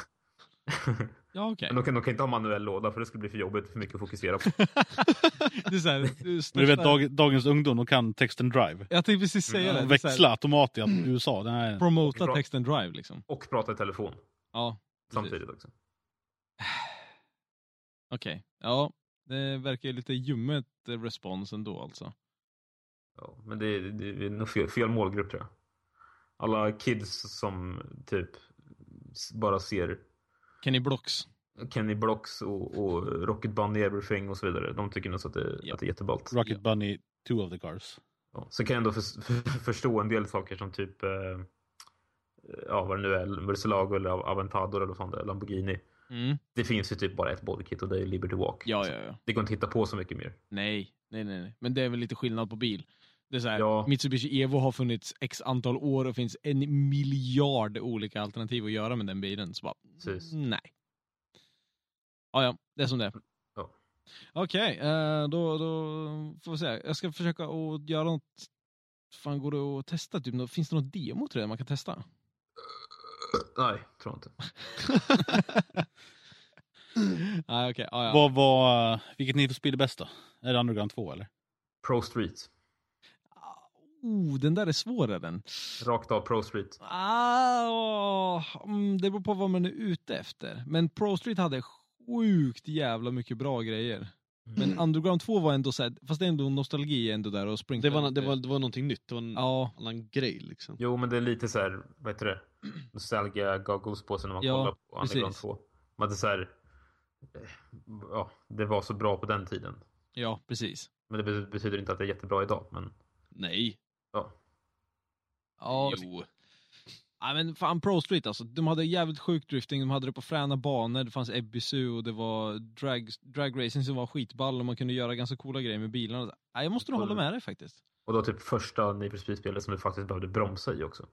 A: Ja, okej.
B: Men de kan, de kan inte ha manuell låda för det skulle bli för jobbigt för mycket att fokusera på.
A: Det är så här, det är
C: Men du vet,
A: största-
C: dag, dagens ungdom, de kan text and drive.
A: Jag tänkte precis säga det.
C: Och
A: det. är så här,
C: Mm, växla automatiskt i USA. Nej.
A: Promota
B: Bra.
A: text and drive liksom.
B: Och prata i telefon
A: Ja,
B: samtidigt också.
A: okej. Ja, det verkar ju lite ljummet eh, respons ändå alltså.
B: Ja, men det, är- det är nog fel, fel målgrupp tror jag. Alla kids som typ s- bara ser
A: Kenny Blocks.
B: Kenny Blocks och, och Rocket Bunny Everything och så vidare. De tycker nog så att det,
A: Ja.
B: att det är jätteballt.
C: Rocket Bunny, two of the cars.
B: Ja. Sen kan jag ändå för, för, förstå en del saker som typ eh, ja, vad det nu är, Murcielago eller Aventador eller vad fan det är, Lamborghini.
A: Mm.
B: Det finns ju typ bara ett bodykit och det är ju Liberty Walk.
A: Ja,
B: Så
A: ja, ja.
B: Det går inte att hitta på så mycket mer.
A: Nej, nej, nej, nej. Men det är väl lite skillnad på bil. Det är så här,
B: Ja.
A: Mitsubishi Evo har funnits x antal år och finns en miljard olika alternativ att göra med den bilen. Så bara,
B: Precis.
A: nej. Ja, ja, det är som det är.
B: Ja.
A: Okej, eh, då, då får vi se. Jag ska försöka att göra något. Fan, går det att testa? Typ, nå- finns det något demo till det man kan testa?
B: Nej, tror jag inte.
A: Nej, okej. Ja, ja.
C: Vad var, vilket Need for Speed är bäst då? Är det Underground 2 eller?
B: Pro Street.
A: Oh, den där är svårare den.
B: Rakt av Pro Street.
A: Ah, åh, mm, det beror på vad man är ute efter. Men Pro Street hade sjukt jävla mycket bra grejer. Men Underground 2 var ändå såhär, fast det är ändå nostalgi ändå där och
D: Det,
A: sprinklar
D: var,
A: upp
D: det, var, det var någonting nytt, det var en
A: Ja,
D: annan grej liksom.
B: Jo, men det är lite så här, vad heter det? Nostalgia goggles på sig när man
A: Ja,
B: kollar på Underground
A: precis.
B: 2. Man hade så här, eh, ja, det var så bra på den tiden.
A: ja precis.
B: Men det be- betyder inte att det är jättebra idag. Men
D: Nej.
B: ja,
A: Ja,
D: Jo.
A: ja, men fan Pro Street alltså. De hade jävligt sjuk drifting, de hade det på fräna banor, det fanns Ebisu och det var drag, dragracing som var skitball och man kunde göra ganska coola grejer med bilarna. Ja, jag måste nog hålla med dig faktiskt.
B: och då typ första Need for Speed-spelet som du faktiskt behövde bromsa i också.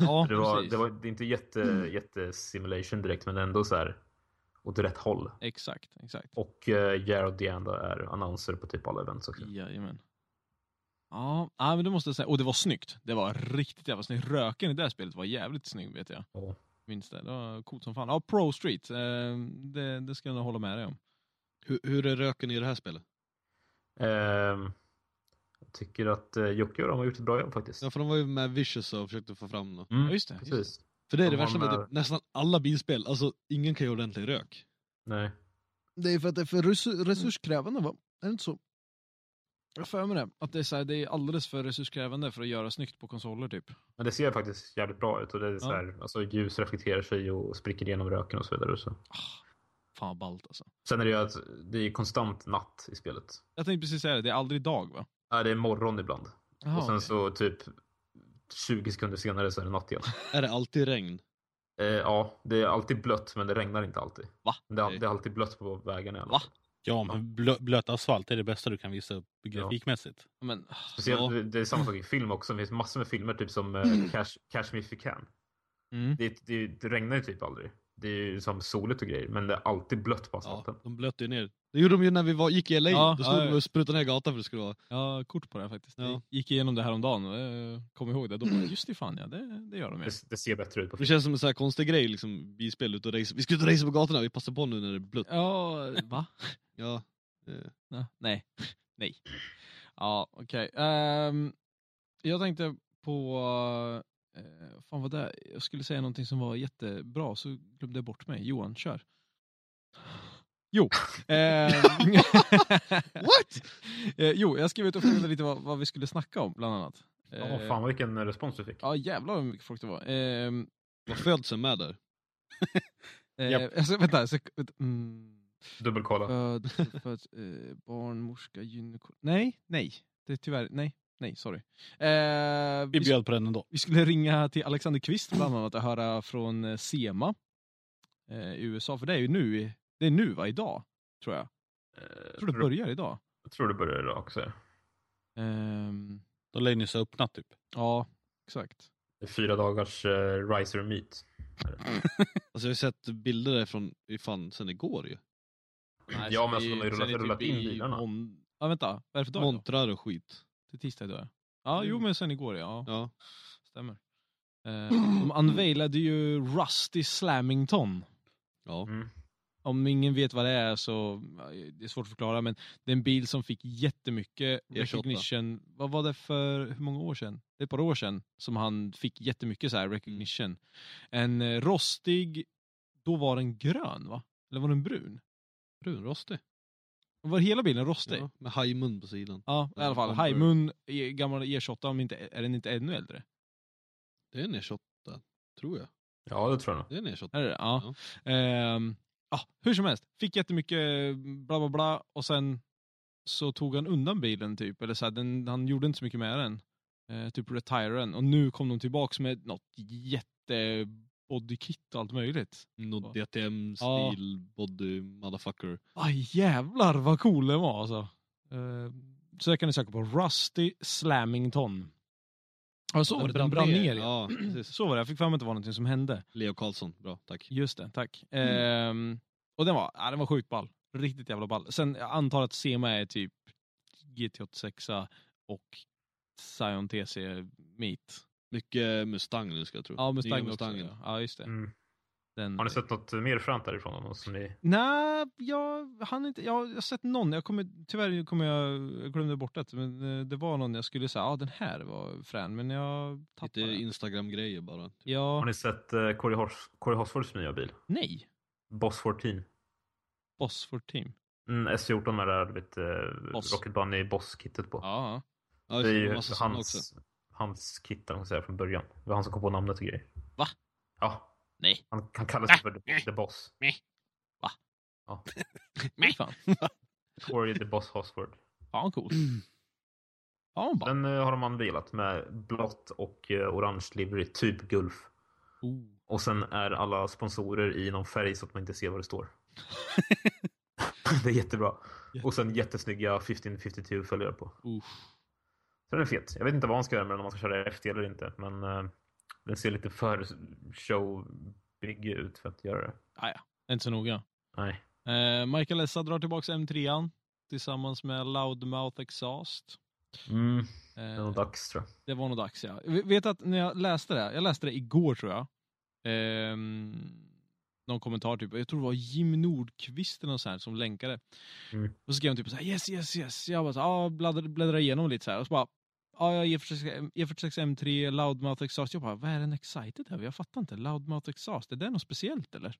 A: Ja,
B: Det var,
A: precis. Mm.
B: det var det är inte jätte, jättesimulation direkt, men ändå så här åt rätt håll.
A: Exakt, exakt.
B: Och eh, Jared Deanda är annonser på typ alla events också.
A: Jajamän. Ja, ja, men det måste jag säga. Och det var snyggt. Det var riktigt jävla snyggt. Röken i det här spelet var jävligt snygg vet jag.
B: Ja.
A: Minns det. Det var coolt som fan. Ja, Pro Street. Eh, det, det ska jag nog hålla med dig om.
D: Hur, hur är röken i det här spelet?
B: Ehm, jag tycker att eh, Jocke och de har gjort ett bra jobb faktiskt.
D: Ja, för de var ju med Vicious och försökte få fram något.
B: Mm,
A: Ja, just det. Just det.
B: Precis.
D: För det är
B: De
D: det värsta med
B: har
D: typ, nästan alla bilspel, alltså ingen kan göra ordentlig rök.
B: Nej.
A: Det är för att det är för resu- resurskrävande va? Är det inte så? Jag har för mig det. Att det är, så här, det är alldeles för resurskrävande för att göra snyggt på konsoler typ.
B: Men det ser faktiskt jävligt bra ut och det är så
A: Ja.
B: här, alltså ljus reflekterar sig och spricker igenom röken och så vidare. och Så.
A: Ah, Fan vad ballt alltså.
B: Sen är det ju att det är konstant natt i spelet.
A: Jag tänkte precis säga det. Det är aldrig dag va?
B: Nej, det är morgon ibland.
A: Jaha,
B: och sen
A: okej.
B: så typ 20 sekunder senare så är det natt igen.
D: Är det alltid regn?
B: eh, ja, det är alltid blött men det regnar inte alltid.
A: Va? Eh,
B: Men Det är, det är alltid blött på vägen i alla
A: Va?
B: fall.
C: Ja, men blö, blöt asfalt är det bästa du kan visa upp grafikmässigt.
A: Men, ah,
B: Speciellt,
A: ja.
B: det- Det är samma sak i film också. Det finns massor med filmer, typ som eh, Cash, Cash Me If You Can.
A: Mm.
B: Det, det, det regnar ju typ aldrig. Det är ju som soligt och grejer, men det är alltid blött på asfalten.
D: Ja, de blötte ju ner. Det gjorde de ju när vi var, gick i LA.
A: Ja,
D: Då stod
A: ja,
D: de
A: ja.
D: och sprutade ner gatan för det skulle vara.
A: Jag har kort på det här faktiskt.
D: Ja.
A: Jag gick igenom det här om dagen. eh, Kom ihåg det. Då bara, just det fan ja, det, det gör de ju.
B: Det, det ser bättre ut på
D: Det
B: film.
D: känns som en så här konstig grej liksom, vi spelar ut och race. Vi ska ut och racea på gatorna, vi passar på nu när det är blött.
A: Ja, eh, va?
D: Ja.
A: Ja, Nej. Nej. Ja, okej. Ehm, jag tänkte på... eh, fan vad det är. Jag skulle säga någonting som var jättebra, så glömde jag bort mig. Johan, kör. Jo. ehm,
D: What?
A: eh, jo, jag skrev ut och frågade lite vad, vad vi skulle snacka om, bland annat.
B: Åh,
A: Eh,
B: fan vilken respons du fick.
A: Ja, jävlar vad mycket folk det var. Ehm,
D: Var födseln med där?
A: eh,
C: Japp.
A: alltså, vänta, så, vänta. Mm.
B: Dubbelkolla.
A: Född, född, eh, barnmorska, gyneko... Nej, nej. Det är tyvärr, nej, nej, sorry. Eh,
C: Vi
A: vi,
C: bjöd på den ändå.
A: vi skulle ringa till Alexander Kvist bland annat och höra från eh, SEMA eh, i USA, för det är ju nu, i- det är nu va, idag, tror jag.
B: Eh,
A: Jag tror det börjar idag.
B: Jag tror det börjar idag också.
A: Ehm,
C: Då lär ju nyss ha öppnat typ.
A: ja, exakt.
B: Det är fyra dagars uh, riser and meet.
C: Mm.
D: Alltså jag har ju sett bilder därifrån i fan sen igår ju.
A: Nej,
B: ja,
A: sen är
B: men alltså, de har ju
A: sen
B: rullat,
A: är det
B: rullat
A: typ
B: in
A: i
B: bilarna.
A: mån- Ja, vänta. Vad är det för dag idag?
D: Montrar och skit.
A: Det är tisdag idag, ja. Ja, jo men sen igår ja.
D: Mm. Ja.
A: Stämmer. Eh, de unveilade ju Rusty Slamington.
D: Ja.
B: Mm.
A: Om ingen vet vad det är så, ja, det är svårt att förklara, men det är en bil som fick jättemycket
D: E28.
A: recognition. Vad var det för, hur många år sedan? Det är ett par år sedan som han fick jättemycket så här
D: Mm.
A: recognition. En eh, rostig, då var den grön va? Eller var den brun?
D: Brunrostig.
A: Var hela bilen rostig?
D: Ja, med hajmun på sidan.
A: Ja, i alla fall.
D: Den var brun.
A: Hajmun, e- gammal E28, om inte, är den inte ännu äldre?
D: Det är en E28, tror jag.
B: Ja, det tror jag nog.
D: Det är en E28.
A: Är det det? Ja. Ehm, ja, hur som helst, fick jättemycket bla bla bla och sen så tog han undan bilen typ, eller så här, den, han gjorde inte så mycket med den. Eh, typ retire den och nu kom de tillbaks med något jätte bodykit och allt möjligt.
D: Någon DTM
A: Ja.
D: stil body motherfucker.
A: Aj jävlar vad cool den var alltså. Eh, så där kan ni söka på Rusty Slamington. Ja så var det, den brann ner. Ja.
D: Ja, precis.
A: Så var det, jag fick fram att det var någonting som hände.
D: Leo Karlsson, bra, tack.
A: Just det, tack.
B: Mm.
A: Ehm, och den var, ja, den var sjukt ball. Riktigt jävla ball. Sen jag antar att Sema är typ GT86 och Scion TC Meet.
D: Mycket Mustang nu ska jag tro.
A: Ja,
D: Nya
A: Mustang också.
D: Mustangen.
A: Ja. ja, just det.
B: Mm.
A: Den,
B: Har ni sett något mer fränt därifrån? Någon som ni...
A: Nej, jag han inte. Jag har jag har sett någon. Jag kommer, tyvärr kommer jag, jag glömde bort det. Men eh, det var någon jag skulle säga, ja ah, den här var frän. Men jag
D: Lite
A: tappade den.
D: Instagram-grejer bara. typ.
A: Ja,
B: Har ni sett uh, Corey, Hors- Corey Hosfords nya bil?
A: nej.
B: Boss 14.
A: Bosford Team.
B: Mm, S14 med det här, du vet, eh,
A: Boss.
B: Rocket Bunny-boss-kittet på.
A: Ja,
D: Ja,
B: det är ju
D: massa såna också.
B: hans, hans kit, om man säga, från början. Det var han som kom på namnet och grejer.
A: Va?
B: Ja.
A: Nej.
B: Han, han kallas för The, the Boss.
A: nej fan.
B: Corey The Boss Hosford.
A: Fan coolt. Fan bara.
B: Den eh, har de andelat med blått och eh, orange livery, typ Gulf.
A: Oh.
B: Och sen är alla sponsorer i någon färg så att man inte ser vad det står. det är jättebra. Och sen jättesnygga 1552 följare på.
A: Usch.
B: Så den är fet. Jag vet inte vad han ska göra med den, om man ska köra FT eller inte. Men eh, den ser lite för showbig ut för att göra det.
A: Inte så noga.
B: Nej.
A: Eh, Michael Essa drar tillbaka M3an tillsammans med Loudmouth Exhaust.
B: Mm,
A: Eh,
B: det är nog dags tror jag.
A: det var nog dags ja. V- Vet att när jag läste det, jag läste det igår tror jag. Ehm, någon kommentar typ, jag tror det var Jim Nordqvist eller något sånt här som länkade.
B: Mm.
A: Och så skrev han typ så här yes yes yes. Jag bara så här, ah, bläddrar, bläddrar igenom lite så här och så bara Ja, jag är E46, E46 M3, Loudmouth Exhaust. Jag bara, vad är den excited över? Jag fattar inte. Loudmouth Exhaust, är det något speciellt eller?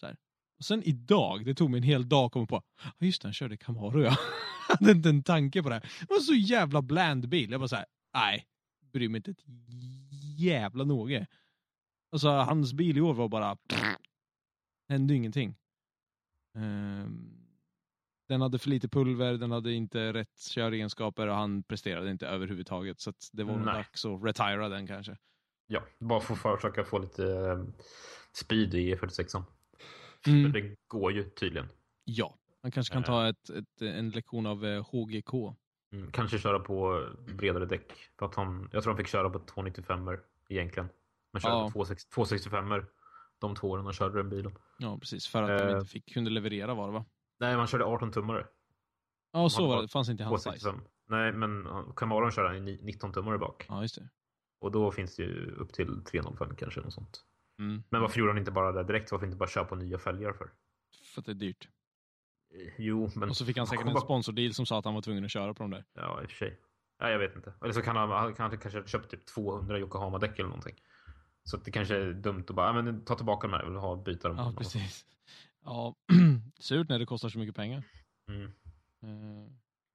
A: Så här. Och sen idag, det tog mig en hel dag att komma på, ja just det, han körde Camaro ja. Jag hade inte en tanke på det här. Det var så jävla bland bil. Jag bara så här, nej, bryr mig inte ett jävla något. Alltså hans bil i år var bara, hände ingenting. Ehm, den hade för lite pulver, den hade inte rätt köregenskaper och han presterade inte överhuvudtaget. Så att det var nog
B: Nej.
A: dags att retira den kanske.
B: Ja, bara för för att försöka få lite eh, speed i E46.
A: Mm.
B: För det går ju tydligen.
A: Ja, Man kanske kan ta ett, ett, en lektion av eh, HGK.
B: Mm, Kanske köra på bredare däck. För att han, jag tror han fick köra på 295 er egentligen. Men körde
A: Ja.
B: på 26- 265 er de två åren han körde den bilen.
A: Ja, precis. För att de
B: Eh.
A: inte fick, kunde leverera var det va?
B: Nej, man körde 18 tummare.
A: Ja, så
B: Han
A: var
B: var
A: det. Det fanns inte i hans size.
B: 265. Nej, men han- Camaron körde han i ni- 19 tummare bak.
A: Ja, just det.
B: Och då finns det ju upp till 305 kanske. Något sånt.
A: Mm.
B: Men varför gjorde han inte bara det direkt? Varför inte bara köpa nya fälgar för?
A: För att det är dyrt.
B: Eh, Jo, men...
A: Och så fick han säkert
B: kom
A: en
B: bara-
A: sponsordeal som sa att han var tvungen att köra på de där.
B: Ja, i och för sig. Ja, jag vet inte. Eller så kan han, han kanske, kanske hade köpt typ 200 Yokohama-däck eller någonting. Så att det kanske är dumt att bara, ja, men ta tillbaka de här, jag vill ha byta dem.
A: Ja, precis. Ja, surt när det kostar så mycket pengar.
B: Mm.
A: Eh,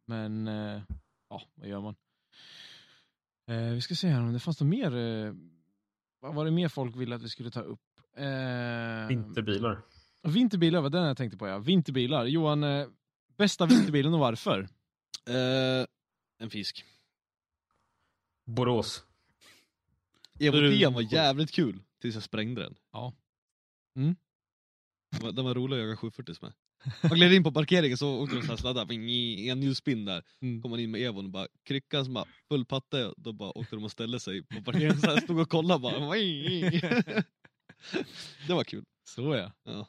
A: Men, eh, ja, vad gör man? Eh, Vi ska se här om det fanns något mer. eh, Vad var det mer folk ville att vi skulle ta upp? Eh,
B: Vinterbilar.
A: Vinterbilar var den jag tänkte på ja. Vinterbilar. Johan, eh, bästa vinterbilen och varför?
C: Eh, en fisk.
B: Borås.
C: Evo
E: Du-
C: 10 var jävligt kul tills jag sprängde den.
A: Ja. Mm.
C: Den var- Den var rolig att jaga 740 med. Man gled in på parkeringen så åkte de så här sladdar, ping, i, en hjulspinn där. kom man in med Evon och bara kryckan som bara full patte, då bara åkte de och ställde sig på parkeringen så här, stod och kollade bara. Det var kul.
A: Så ja.
C: Ja.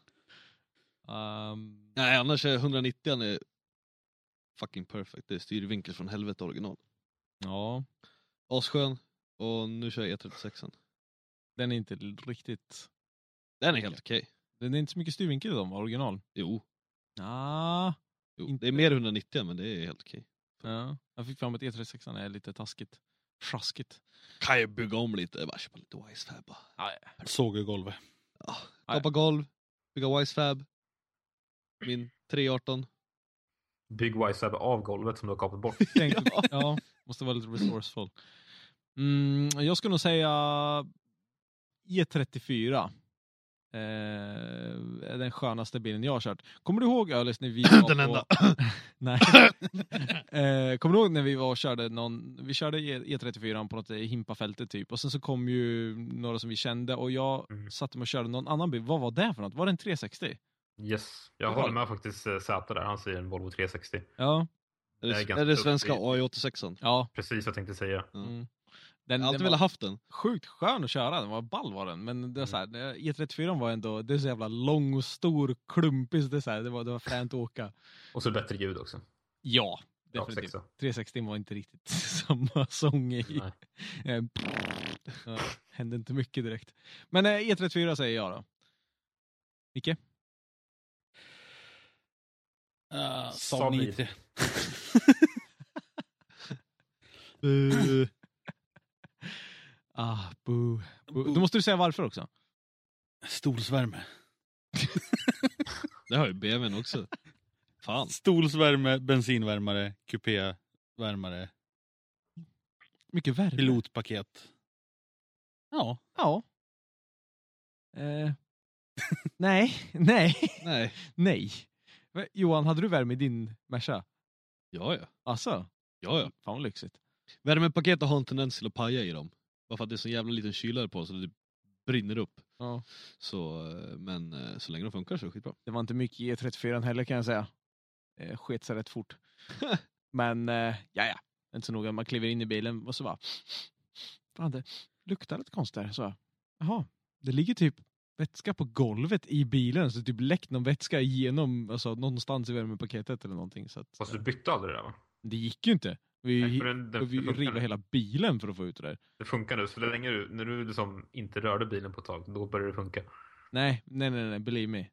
A: Ehm,
C: Nej annars är 190 är fucking perfect, det är styrvinkel från helvete original.
A: ja,
C: Asskön, och nu kör jag E E36.
A: den är inte riktigt...
C: Den är helt okej.
A: Den är inte så mycket styrvinkel i dem, va, original.
C: Jo,
A: Ah,
C: jo.
A: Inte-
C: det är mer 190 men det är helt okej.
A: ja. Jag fick fram E att E36 är lite taskigt. Sjaskigt.
C: Kan jag bygga om lite, bara köpa lite Wisefab bara.
E: Såg i golvet.
C: Ja.
A: Nej.
C: Tappa golv, bygga Wisefab. Min 318.
B: Bygg Wisehab av golvet som du har kapat bort.
A: Tänkte, ja. måste vara lite resourceful. Mm, jag skulle nog säga E34. Eh, är den skönaste bilen jag har kört. Kommer du ihåg Ölis när vi var
C: Den
A: på...
C: enda.
A: Nej. eh, kommer du ihåg när vi var och körde någon, vi körde E- E34 på något i Himpafältet typ och sen så kom ju några som vi kände och jag
B: Mm.
A: satte mig och körde någon annan bil. Vad var det för något? Var det en 360?
B: Yes. Jag
A: Jaha.
B: håller med faktiskt eh, Zäta där, han säger en Volvo 360.
A: Ja.
C: Är
B: Jag är
C: det,
B: ganska
C: är det svenska
B: duktig.
C: AI86?
A: Ja.
B: Precis vad jag tänkte säga.
C: Ja.
A: Mm.
C: Jag
A: Den,
C: har
A: den
C: alltid
A: var-
C: velat haft den.
A: sjukt skön att köra, den var ball var den. Men det var så här, E34 var ändå, det är så jävla lång och stor, klumpig, så det, är så här, det, var, det var fränt att åka.
B: Och så bättre ljud också.
A: Ja,
B: Rak
A: definitivt.
B: sexa.
A: 360 var inte riktigt samma sång i.
B: Nej.
A: Eh, ja, hände inte mycket direkt. Men eh, E34 säger jag då. Micke?
E: Uh,
B: Saab
E: Saab
B: 9.
E: 9.
A: Ah, boo. boo. Då måste du säga varför också.
E: Stolsvärme.
C: Det har ju BMWn också. Fan.
E: Stolsvärme, bensinvärmare, kupévärmare,
A: Mycket värre.
E: pilotpaket. Ja,
A: Ja. Eh, nej, nej,
C: Nej.
A: nej. Va- Johan, hade du värme i din Merca?
C: Ja, ja.
A: Alltså,
C: ja, ja.
A: fan vad lyxigt.
C: Värmepaket har en tendens till att paja i dem. Bara för att det är så jävla liten kylare på så det brinner upp.
A: Ja.
C: Så, eh, men eh, så länge de funkar så är det skitbra.
A: Det var inte mycket i E34 heller kan jag säga. Eh, sket sig rätt fort. Men eh, ja, ja, inte så noga. Man kliver in i bilen och så bara... Fan, det luktar lite konstigt här. Så, jag, Jaha, det ligger typ vätska på golvet i bilen. Så det typ läckt någon vätska igenom, alltså någonstans i värmepaketet eller någonting. Så att, eh,
B: Fast du bytte aldrig det där va?
A: Det gick ju inte. Vi
B: Nej, för den- den-
A: behövde ju
B: den funkar
A: riva
B: nu.
A: hela bilen för att få ut det där.
B: Det funkar nu, så det länge du, när du liksom inte rörde bilen på ett tag, då började det funka.
A: Nej, nej, nej, nej, believe me.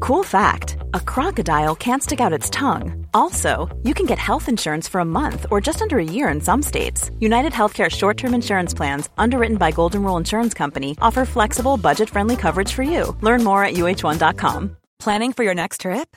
F: Cool fact a crocodile can't stick out its tongue. Also, you can get health insurance for a month or just under a year in some states. United Healthcare short term insurance plans, underwritten by Golden Rule Insurance Company, offer flexible, budget friendly coverage for you. Learn more at uh1.com.
G: Planning for your next trip?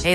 H: Hey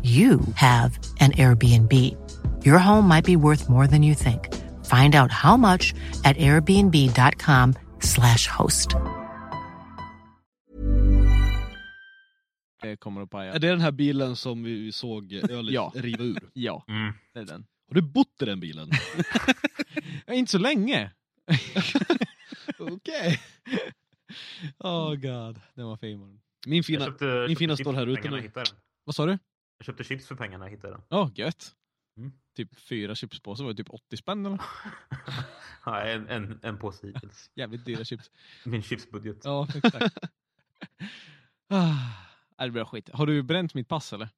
H: you have an Airbnb. Your home might be worth more than you think. Find out how much at airbnb.com/slash host.
A: Det kommer att paja.
D: Är det den här bilen som vi såg ölet
A: Ja.
D: riva ur?
A: Ja, det är den.
D: Har du bott i den bilen?
A: Ja, inte så länge.
D: Okej.
A: Oh god, den var fin. man.
D: Min
B: Jag
D: fina...
B: köpte-
D: min
B: köpte
D: fina
B: chips
D: står
B: för
D: här ute
B: pengarna,
D: nu.
B: jag hittade den.
A: Vad sa du?
B: Jag köpte chips för pengarna, jag hittade den.
A: Ja, oh, gött.
B: Mm.
A: Typ fyra chipspåsar var ju typ 80 spänn eller?
B: Ja, en, en, en påse hittills.
A: Jävligt dyra chips.
B: Min chipsbudget.
A: Ja, exakt. ah, nej, det blir skit. Har du bränt mitt pass eller?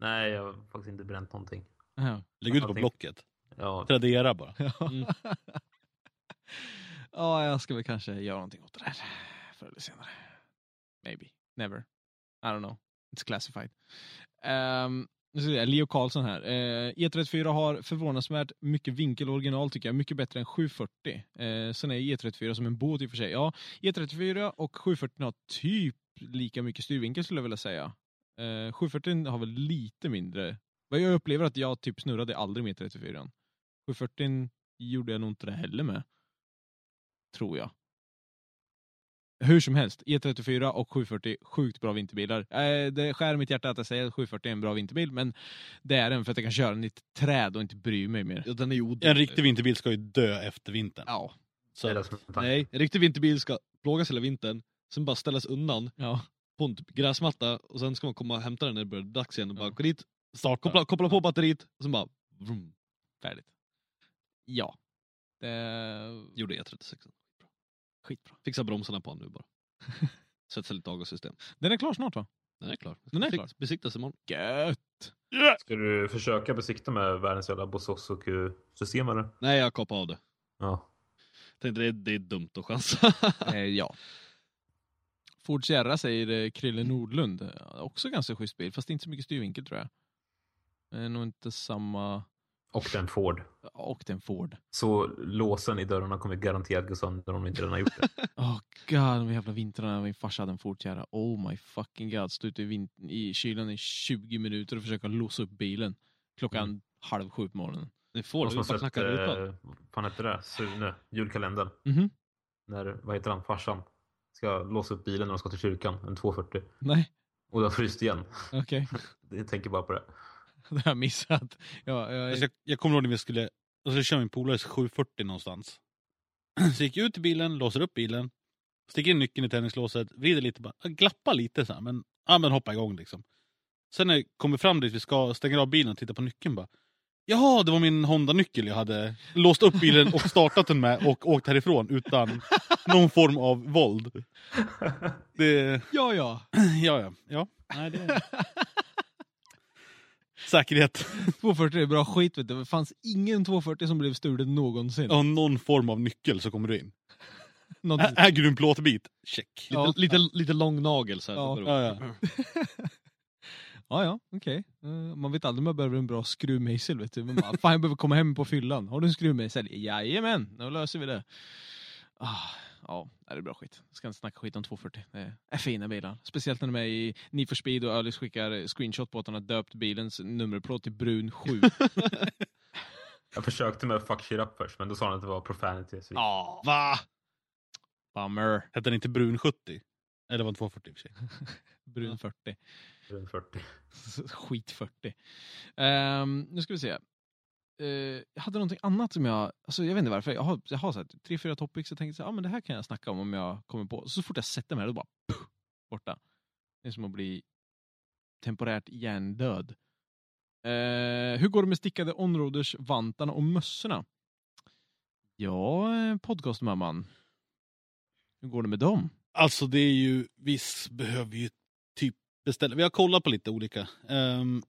B: Nej, jag har faktiskt inte bränt någonting.
A: Ja.
C: Lägg ut på
B: Allting.
C: Blocket.
B: Ja,
C: Tradera bara.
D: Mm.
A: Ja, jag ska väl kanske göra någonting åt det där. Förr eller senare. Maybe. Never. I don't know. It's classified. Ehm, nu ska vi se, Leo Karlsson här. Eh, E34 har förvånansvärt mycket vinkeloriginal tycker jag. Mycket bättre än 740. Uh, sen är E34 som en båt i och för sig. Ja, E34 och 740 har typ lika mycket styrvinkel skulle jag vilja säga. Eh, 740 har väl lite mindre. Vad jag upplever att jag typ snurrade aldrig med E34. 740 gjorde jag nog inte det heller med tror jag. Hur som helst, E34 och 740, sjukt bra vinterbilar. Eh, det skär mitt hjärta att jag säger att 740 är en bra vinterbil, men det är den för att jag kan köra den i ett träd och inte bry mig mer.
D: Ja, den är ju odödlig.
C: En riktig vinterbil ska ju dö efter vintern.
A: Ja.
B: det är
C: Så
B: det som är tanken.
D: Nej, en riktig vinterbil ska plågas hela vintern, sen bara ställas undan
A: Ja.
D: på en typ gräsmatta och sen ska man komma och hämta den när det börjar bli dags igen och bara
A: Ja.
D: gå dit,
C: starta.
D: koppla, koppla på batteriet och sen bara vroom,
A: Färdigt. Ja. Det...
D: gjorde E36.
A: Skitbra.
D: Fixa bromsarna på den nu bara. Svetsa lite avgassystem.
A: Den är klar snart va?
D: Den är klar.
A: Den är
D: Besikt-
A: klar.
D: Besiktas imorgon.
A: Gött!
B: Ska du försöka besikta med världens jävla Bososoku-system eller?
D: Nej, jag kapade av det.
B: Ja.
D: Tänkte det, det är dumt att chansa.
A: Eh, ja. Ford Sierra säger eh, Krille Nordlund. Eh, Också ganska schysst bil, fast inte så mycket styrvinkel tror jag. Eh, nog inte samma...
B: Och den Ford.
A: Och den Ford.
B: Så låsen i dörrarna kommer garanterat gå sönder om de inte redan har gjort det.
A: Åh god, de jävla vintrarna när min farsa hade en Fortkärra. Oh my fucking god. Stå ute i, vin- i kylan i 20 minuter och försöka låsa upp bilen. Klockan halv sju på morgonen.
D: Ni får
B: Och
D: det,
B: som
D: vi bara
B: har sett,
D: knackar rutan.
B: eh, vad fan hette det? Sune, julkalendern.
A: Mhm.
B: När, vad heter han, farsan? Ska låsa upp bilen när de ska till kyrkan, en 240.
A: Nej,
B: Och det har fryst igen.
A: okej.
B: Jag tänker bara på det.
A: det har jag missat. Ja, jag,
C: Alltså, jag, jag kommer ihåg när vi skulle, jag skulle köra min polares 740 någonstans. Så gick jag ut i bilen, låser upp bilen, sticker in nyckeln i tändningslåset, vrider lite, bara, glappar lite så här, men, ja, men hoppa igång liksom. Sen när jag kommer fram dit vi ska, stänger av bilen och tittar på nyckeln bara. Jaha, det var min Honda-nyckel jag hade låst upp bilen och startat den med och åkt härifrån utan någon form av våld. Det,
A: ja, ja.
C: ja, ja. ja. Nej, det... Säkerhet.
A: 240 är bra skit vet du. Det fanns ingen 240 som blev stulen någonsin.
C: Ja, någon form av nyckel så kommer du in.
A: Någonting-
C: Ä- Äger du en plåtbit? Check.
D: Lite,
A: Ja.
D: lite, lite lång nagel så här. typ,
A: Ja.
D: beror-
C: Ja, ja.
A: Ja, ja, okej. Eh, man vet aldrig om man behöver en bra skruvmejsel vet du. Men bara, fan jag behöver komma hem på fyllan. Har du en skruvmejsel? Jajamän, då löser vi det. Ah, ja, det är bra skit. Jag ska inte snacka skit om 240. Det är fina bilar. Speciellt när de är i Need for Speed och Alice skickar screenshot på att han har döpt bilens nummerplåt till brun 7.
B: Jag försökte med fuck shit up först, men då sa han att det var profanity. Så vi-
A: ah,
C: Va?
A: bummer.
C: Hette den inte Brun 70? Eller var det 240 i och för sig?
A: Brun 40.
B: runt 40.
A: Skit 40. Ehm, nu ska vi se. Eh, jag hade någonting annat som jag, alltså jag vet inte varför, jag har, jag har så här, tre, fyra topics och tänkte så här, ah, men det här kan jag snacka om om jag kommer på. Så fort jag sätter mig här, då bara puff, borta. Det är som att bli temporärt hjärndöd. Eh, hur går det med stickade onroaders, vantarna och mössorna? Ja, eh, podcastmamman. Hur går det med dem?
E: Alltså det är ju, vi s- behöver ju typ beställa. Vi har kollat på lite olika. Ehm,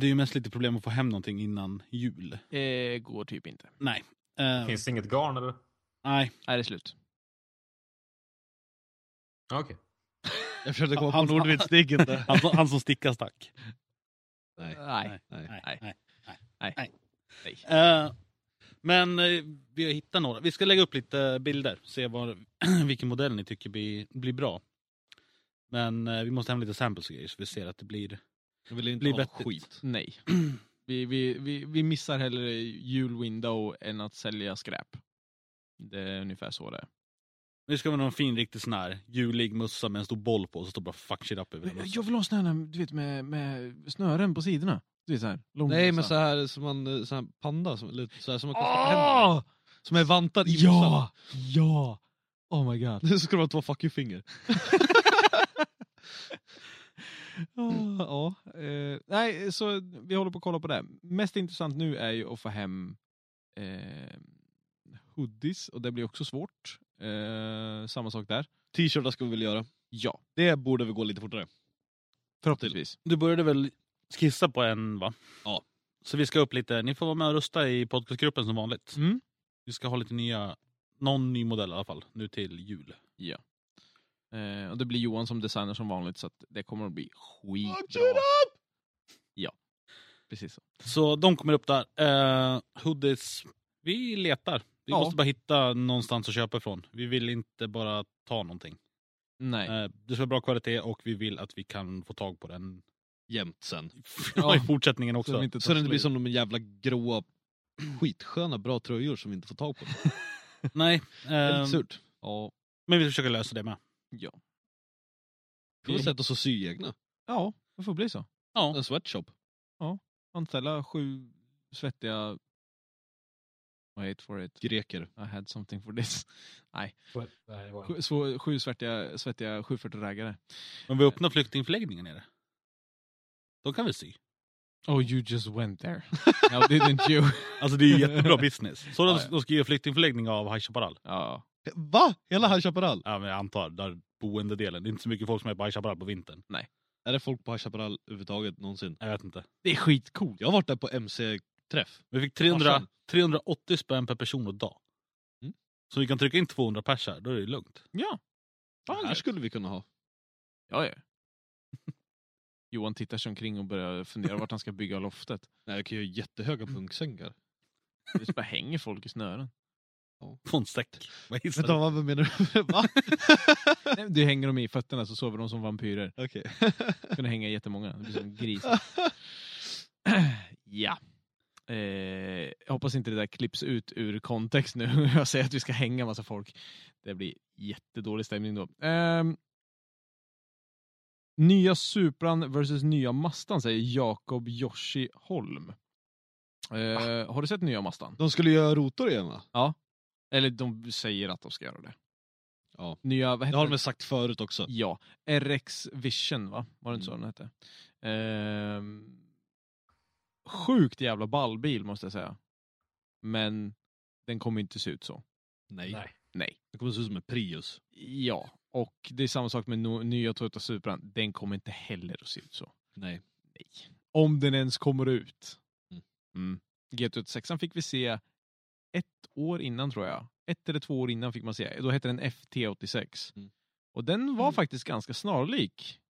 E: det är ju mest lite problem att få hem någonting innan jul.
A: Eh, går typ inte.
E: Nej.
C: Eh,
B: Finns det inget garn eller?
E: Nej.
A: Nej, det är slut.
B: Okej.
C: Jag försökte komma på en ordvitsdigg inte.
E: han, som- han som stickar stack.
C: Nej.
A: Nej.
E: Nej. Nej.
A: Nej.
E: Nej.
A: Nej.
E: Eh, men eh, vi har hittat några. Vi ska lägga upp lite bilder. Se var, vilken modell ni tycker blir, blir bra. Men eh, vi måste hem lite samples och grejer så vi ser att det blir
C: Jag vill inte
E: Blir
C: ha
E: vettigt.
C: skit.
A: Nej. Vi, vi, vi, vi missar hellre julwindow än att sälja skräp. Det är ungefär så det är.
E: Nu ska vi ha en fin riktig sån här julig mössa med en stor boll på och så står bara fuck shit up över den.
A: Jag, jag vill ha en sån här du vet, med, med snören på sidorna. Du vet, så här, lång
C: Nej men
A: mössa.
C: så här som man, eh, så här panda, som, eller så här, som man kan
E: Ah!
C: stoppa händerna i.
A: Åh!
C: Som är vantad i mössan.
A: Ja! Ja! Oh my god.
C: Nu ska de ha två fuck you finger.
E: Mm.
A: Ja, eh, nej, så vi håller på att kolla på det. Mest intressant nu är ju att få hem eh, hoodies och det blir också svårt. Eh, samma sak där.
C: T-shirtar ska vi väl göra.
A: Ja,
C: Det borde väl gå lite fortare.
A: förhoppningsvis.
E: Du började väl skissa på en va?
C: Ja.
E: Så vi ska upp lite. Ni får vara med och rösta i podcastgruppen som vanligt.
A: Mm.
E: Vi ska ha lite nya, någon ny modell i alla fall nu till jul.
A: Eh, och det blir Johan som designer som vanligt så att det kommer att bli skitbra. Ja, precis så.
E: Så de kommer upp där. Eh, hoodies, vi letar. Vi
A: Ja.
E: måste bara hitta någonstans att köpa ifrån. Vi vill inte bara ta någonting.
A: Nej.
E: Eh, det ska vara bra kvalitet och vi vill att vi kan få tag på den
C: Jämt sen.
E: ja. i
A: Ja.
E: fortsättningen också.
A: Så de inte tar
C: Så det inte blir
A: slut.
C: som de jävla gråa skitsköna bra tröjor som vi inte får tag på.
E: Nej,
C: Det är
E: eh,
C: lite surt.
A: Ja.
E: men vi försöker lösa det med.
A: Ja.
C: Får vi sätta oss och sy egna.
A: ja, det får bli så.
C: En sweatshop.
A: Anställa sju svettiga... Wait for it.
C: Greker.
A: I had something for this. Nej.
B: Nej,
A: Sju, sv- sju svettiga, svettiga 740-raggare.
E: Men vi öppnar flyktingförläggningen nere. Då kan vi sy.
A: Oh, you just went there. No, didn't you?
E: Alltså det är ju jättebra business. Så de,
A: Ja, ja.
E: de ska göra flyktingförläggning av High Chaparral.
A: ja.
C: Va? Hela High Chaparral?
E: Ja, men jag antar, där boendedelen. Det är inte så mycket folk som är på High Chaparral på vintern.
C: Är det folk på High Chaparral överhuvudtaget någonsin?
E: Jag vet inte.
A: Det är skitcoolt.
C: Jag har varit där på MC-träff.
E: Vi fick 300,
C: Varsågod.
E: 380 spänn per person och dag.
C: Mm.
E: Så vi kan trycka in 200 pers här, då är det lugnt.
A: Ja.
C: Det
A: Fan,
C: här
A: gött.
C: skulle vi kunna ha.
A: Ja, ja. Johan tittar sig omkring och börjar fundera vart han ska bygga loftet.
C: Nej, jag kan ju göra jättehöga
E: Mm.
C: punksängar.
A: Det bara hänger folk i snören.
E: På en säck. Vad gissar
C: Vänta,
E: du?
C: vad menar du? Va?
A: Nej, Det hänger dem i fötterna så sover de som vampyrer.
C: Okej.
A: Kunde hänga jättemånga. Det blir som grisar. ja. Eh, jag hoppas inte det där klipps ut ur kontext nu. jag säger att vi ska hänga massa folk. Det blir jättedålig stämning då. Ehm. nya Supran versus nya Mastan säger Jakob Joshi Holm. Eh, Har du sett nya Mastan?
C: De skulle göra rotor igen va?
A: Eller de säger att de ska göra det.
C: Ja.
A: Nya, vad
C: Det
A: heter
C: har
A: den?
C: de väl sagt förut också.
A: Ja, RX Vision va? Var det inte så
C: Mm.
A: den hette? Ehm, sjukt jävla ballbil måste jag säga. Men den kommer inte se ut så.
C: Nej.
B: Nej.
A: Nej.
C: Det kommer se ut som en Prius.
A: Ja, och det är samma sak med no- nya Toyota Supran. Den kommer inte heller att se ut så.
C: Nej.
A: Nej. Om den ens kommer ut.
C: Mm.
A: Mm. GT86 fick vi se ett år innan tror jag. Ett eller två år innan fick man se. Då hette den FT86.
C: Mm.
A: Och den var faktiskt ganska snarlik.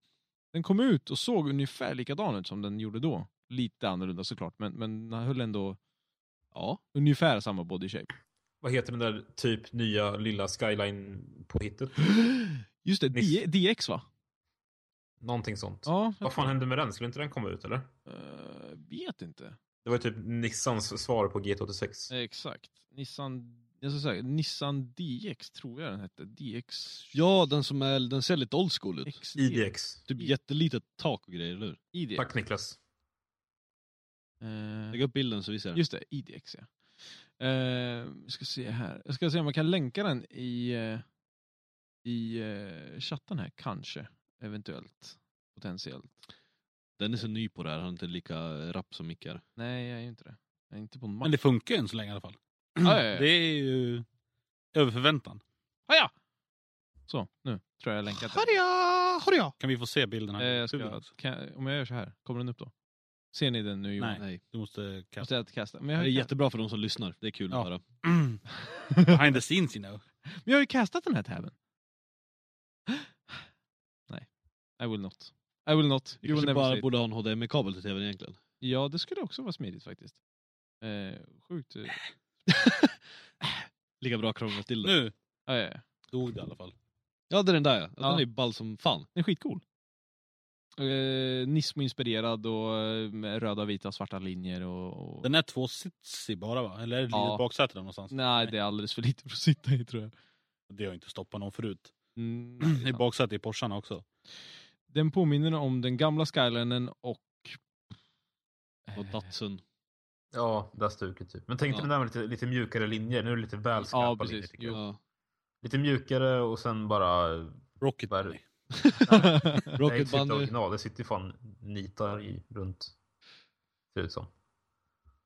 A: Den kom ut och såg ungefär likadan ut som den gjorde då. Lite annorlunda såklart, men, men den höll ändå ja, ungefär samma body shape.
B: Vad heter den där typ nya lilla skyline-påhittet?
A: Just det,
B: Miss-
A: D- DX va?
B: Någonting sånt.
A: Ja, jag
B: Vad fan hände med den? Skulle inte den komma ut eller?
A: eh, vet inte.
B: Det var ju typ Nissans svar på
A: Eh,
B: GT86.
A: Exakt. Nissan, jag ska säga, Nissan DX tror jag den hette. DX...
C: Ja, den som är, den ser lite old school ut.
A: XD.
B: IDX.
C: Typ jättelitet tak och grejer, eller hur?
A: IDX.
B: Tack Niklas.
A: Eh,
C: Lägg upp bilden så vi ser.
A: Just det, IDX ja. Eh, vi ska se här. Jag ska se om man kan länka den i, eh, i eh, chatten här, kanske. Eventuellt. Potentiellt.
C: Den är så ny på det här, han är inte lika rapp som Micke är.
A: Nej, jag är ju inte det. Jag är inte på en
E: Men
A: Mac. Ah,
E: det funkar ju än så länge i alla fall.
A: Ja, ja,
C: Eh.
A: ja.
E: Det är ju över förväntan.
A: Ah, ja. Så, nu tror jag jag länkat det.
E: Hurja, hurja. Kan vi få se bilden
A: Eh,
E: här?
A: jag ska,
C: alltså-
A: kan, om jag gör så här, kommer den upp då? Ser ni den nu Johan?
E: Nej, du måste
A: Måste
E: kasta.
A: jag kasta? Men jag
C: Det
A: har
C: är
A: ju-
C: jättebra för de som lyssnar, det är kul
E: Ja.
C: att höra.
A: Mm.
E: Behind the scenes you know.
A: Men jag har ju kastat den här tabben. Nej. I will not. I will not.
C: Vi
A: You will never
C: kanske
A: see
C: bara
A: it.
C: borde ha en HDMI-kabel till tvn egentligen.
A: Ja, det skulle också vara smidigt faktiskt. Eh, sjukt. eh,
C: Lika bra krånglat till det.
E: Nu
A: Ja, ja, ja.
E: dog det i alla fall.
C: Ja det är den där ja.
A: Ja.
C: Den är ju ball som fan.
A: Den är skitcool. Eh, Nismo-inspirerad och eh, med röda, vita, svarta linjer och... och...
E: Den är tvåsitsig bara va? Eller är det
A: Ja.
E: ja. baksätet någonstans?
A: Nej, det är alldeles för lite för att sitta i tror jag.
E: Det har ju inte stoppat någon förut.
A: Mm, nej, det
E: Det
A: är
E: är
A: sant.
E: baksätet i Porscharna också.
A: Den påminner om den gamla Skylinen och...
C: Och Datsun.
B: Ja, där stuket typ. Men tänkte
C: Ja.
B: ja. den där med lite, lite mjukare linjer. Nu är det lite väl skarpa
A: Ja, precis.
B: linjer tycker jag.
C: Ja.
B: Lite mjukare och sen bara...
E: Rocket
B: Vad är
E: Bunny.
B: Rocket det
C: Rocket
B: sitter
C: Bunny.
B: original. Det sitter ju fan nitar i runt. Ser ut som.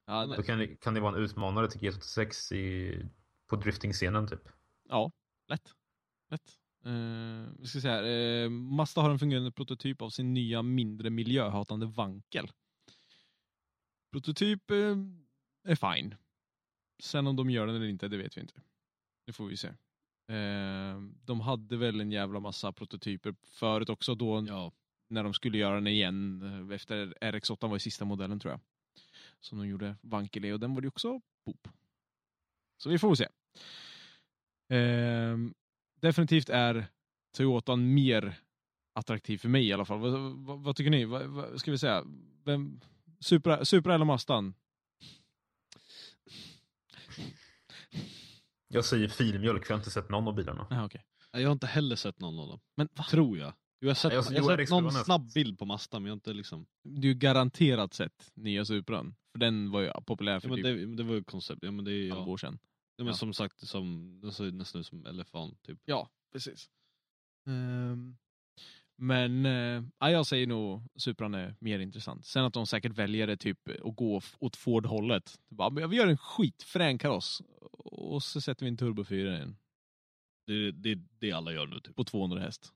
A: Ja,
B: Då
A: nej.
B: kan det, kan det vara en utmanare till G86 i, på driftingscenen typ.
A: ja lätt. lätt. Eh, vi ska säga här, eh, Mazda har en fungerande prototyp av sin nya mindre miljöhatande vankel. Prototyp eh, är fine. Sen om de gör den eller inte, det vet vi inte. Det får vi se. Eh, de hade väl en jävla massa prototyper förut också då
C: Ja.
A: när de skulle göra den igen eh, efter RX8 var ju sista modellen tror jag. Som de gjorde vankel i och den var ju också pop. Så vi får se. Ehm, definitivt är Toyotan mer attraktiv för mig i alla fall. Vad, vad, vad tycker ni? Vad, vad ska vi säga? Vem, Supra, Supra eller Mastan?
B: Jag säger filmjölk för jag har inte sett någon av bilarna.
A: Ah, okay.
C: Nej, Jag har inte heller sett någon av dem.
A: Men va?
C: Tror jag. Jo, Jag har sett,
B: Nej,
C: jag
B: jag- jo,
C: har sett
B: Eric
C: någon
B: Stolone.
C: snabb bild på Mazda men jag har inte liksom...
A: Det är ju garanterat sett nya Supran. För den var ju populär för
C: Ja, men
A: typ
C: det, men det var ju ett koncept. Ja, men det är, ju-
A: ett halvår
C: ja.
A: sedan.
C: Ja, men
A: Ja.
C: som sagt, som, den ser ju nästan ut som elefant typ.
A: Ja, precis. Ehm, men eh, ja, jag säger nog Supran är mer intressant. Sen att de säkert väljer det typ att gå f- åt Ford-hållet. Bara, men Vi gör en skitfrän kaross och så sätter vi en turbofyra i den
C: Det är det, är det alla gör nu typ.
A: på 200 häst.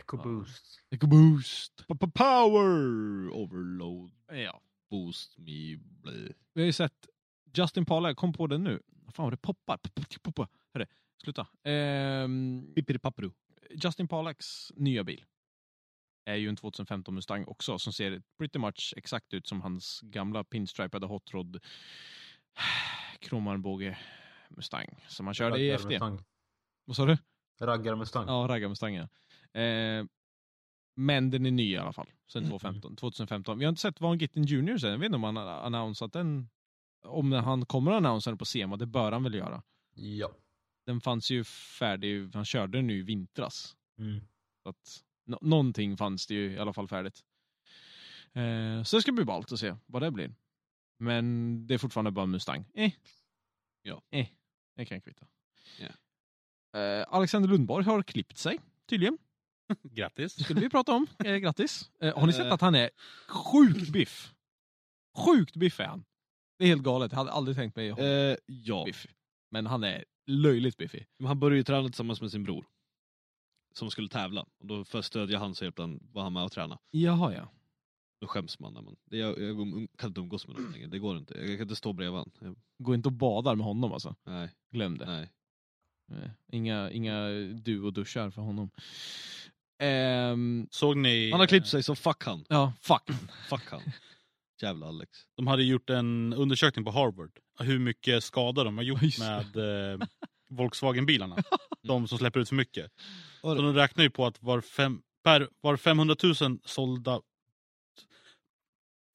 B: Ecoboost.
A: Boost!
C: P- p- Power overload
A: Ja.
C: boost me. blä.
A: Vi har ju sett Justin Paula, jag kom på den nu. Fan vad det poppar. Pop, pop, pop, pop. Hörru, sluta. Ehm,
C: Pippiripapperu.
A: Justin Polacks nya bil är ju en 2015 Mustang också som ser pretty much exakt ut som hans gamla pinstripade Hot Rod kromarmbåge Mustang som han körde i FD.
B: Mustang.
A: Vad sa du?
B: Raggar Mustang.
A: Ja, raggarmustang ja. Eh, men den är ny i alla fall, sen
C: Mm.
A: 2015. 2015. Vi har inte sett Van Gitten Junior sen, jag vet inte om han har annonsat den. Om han kommer att annonsera den på SEMA, det bör han väl göra.
B: ja.
A: Den fanns ju färdig, han körde den nu i vintras.
B: Mm.
A: Så att, nå- någonting fanns det ju i alla fall färdigt. Eh, så det ska bli ballt att se vad det blir. Men det är fortfarande bara Mustang. Eh.
C: Ja.
A: Eh. Det kan jag kvitta.
C: Ja.
A: Eh, Alexander Lundborg har klippt sig, tydligen.
E: Grattis.
A: skulle vi prata om. Eh, grattis. Eh, har ni sett
C: Eh.
A: att han är sjukt biff? Sjukt biff är han. Det är helt galet. Jag hade aldrig tänkt mig honom
C: Eh, ja.
A: biff. Men han är löjligt biffig.
C: Men han började ju träna tillsammans med sin bror. Som skulle tävla. Och då först stödde jag han så hjälpte han, var han med och tränade.
A: Jaha, ja.
C: Då skäms man när man... Det, jag, jag um- kan inte umgås med någon längre, det går inte. Jag kan inte stå bredvid han. Jag,
A: Gå inte och badar med honom alltså.
C: nej,
A: Glöm det.
C: nej.
A: Nej, Inga, inga duo-duschar för honom. Ehm,
E: Såg ni?
C: Han har klippt sig så fuck han.
A: ja, fuck.
C: Fuck han. Jävla Alex.
E: De hade gjort en undersökning på Harvard. Hur mycket skada de har gjort
A: just
E: med eh, Volkswagen-bilarna. De som släpper ut för mycket. Så de räknar ju på att var, fem, per, var 500 000 sålda...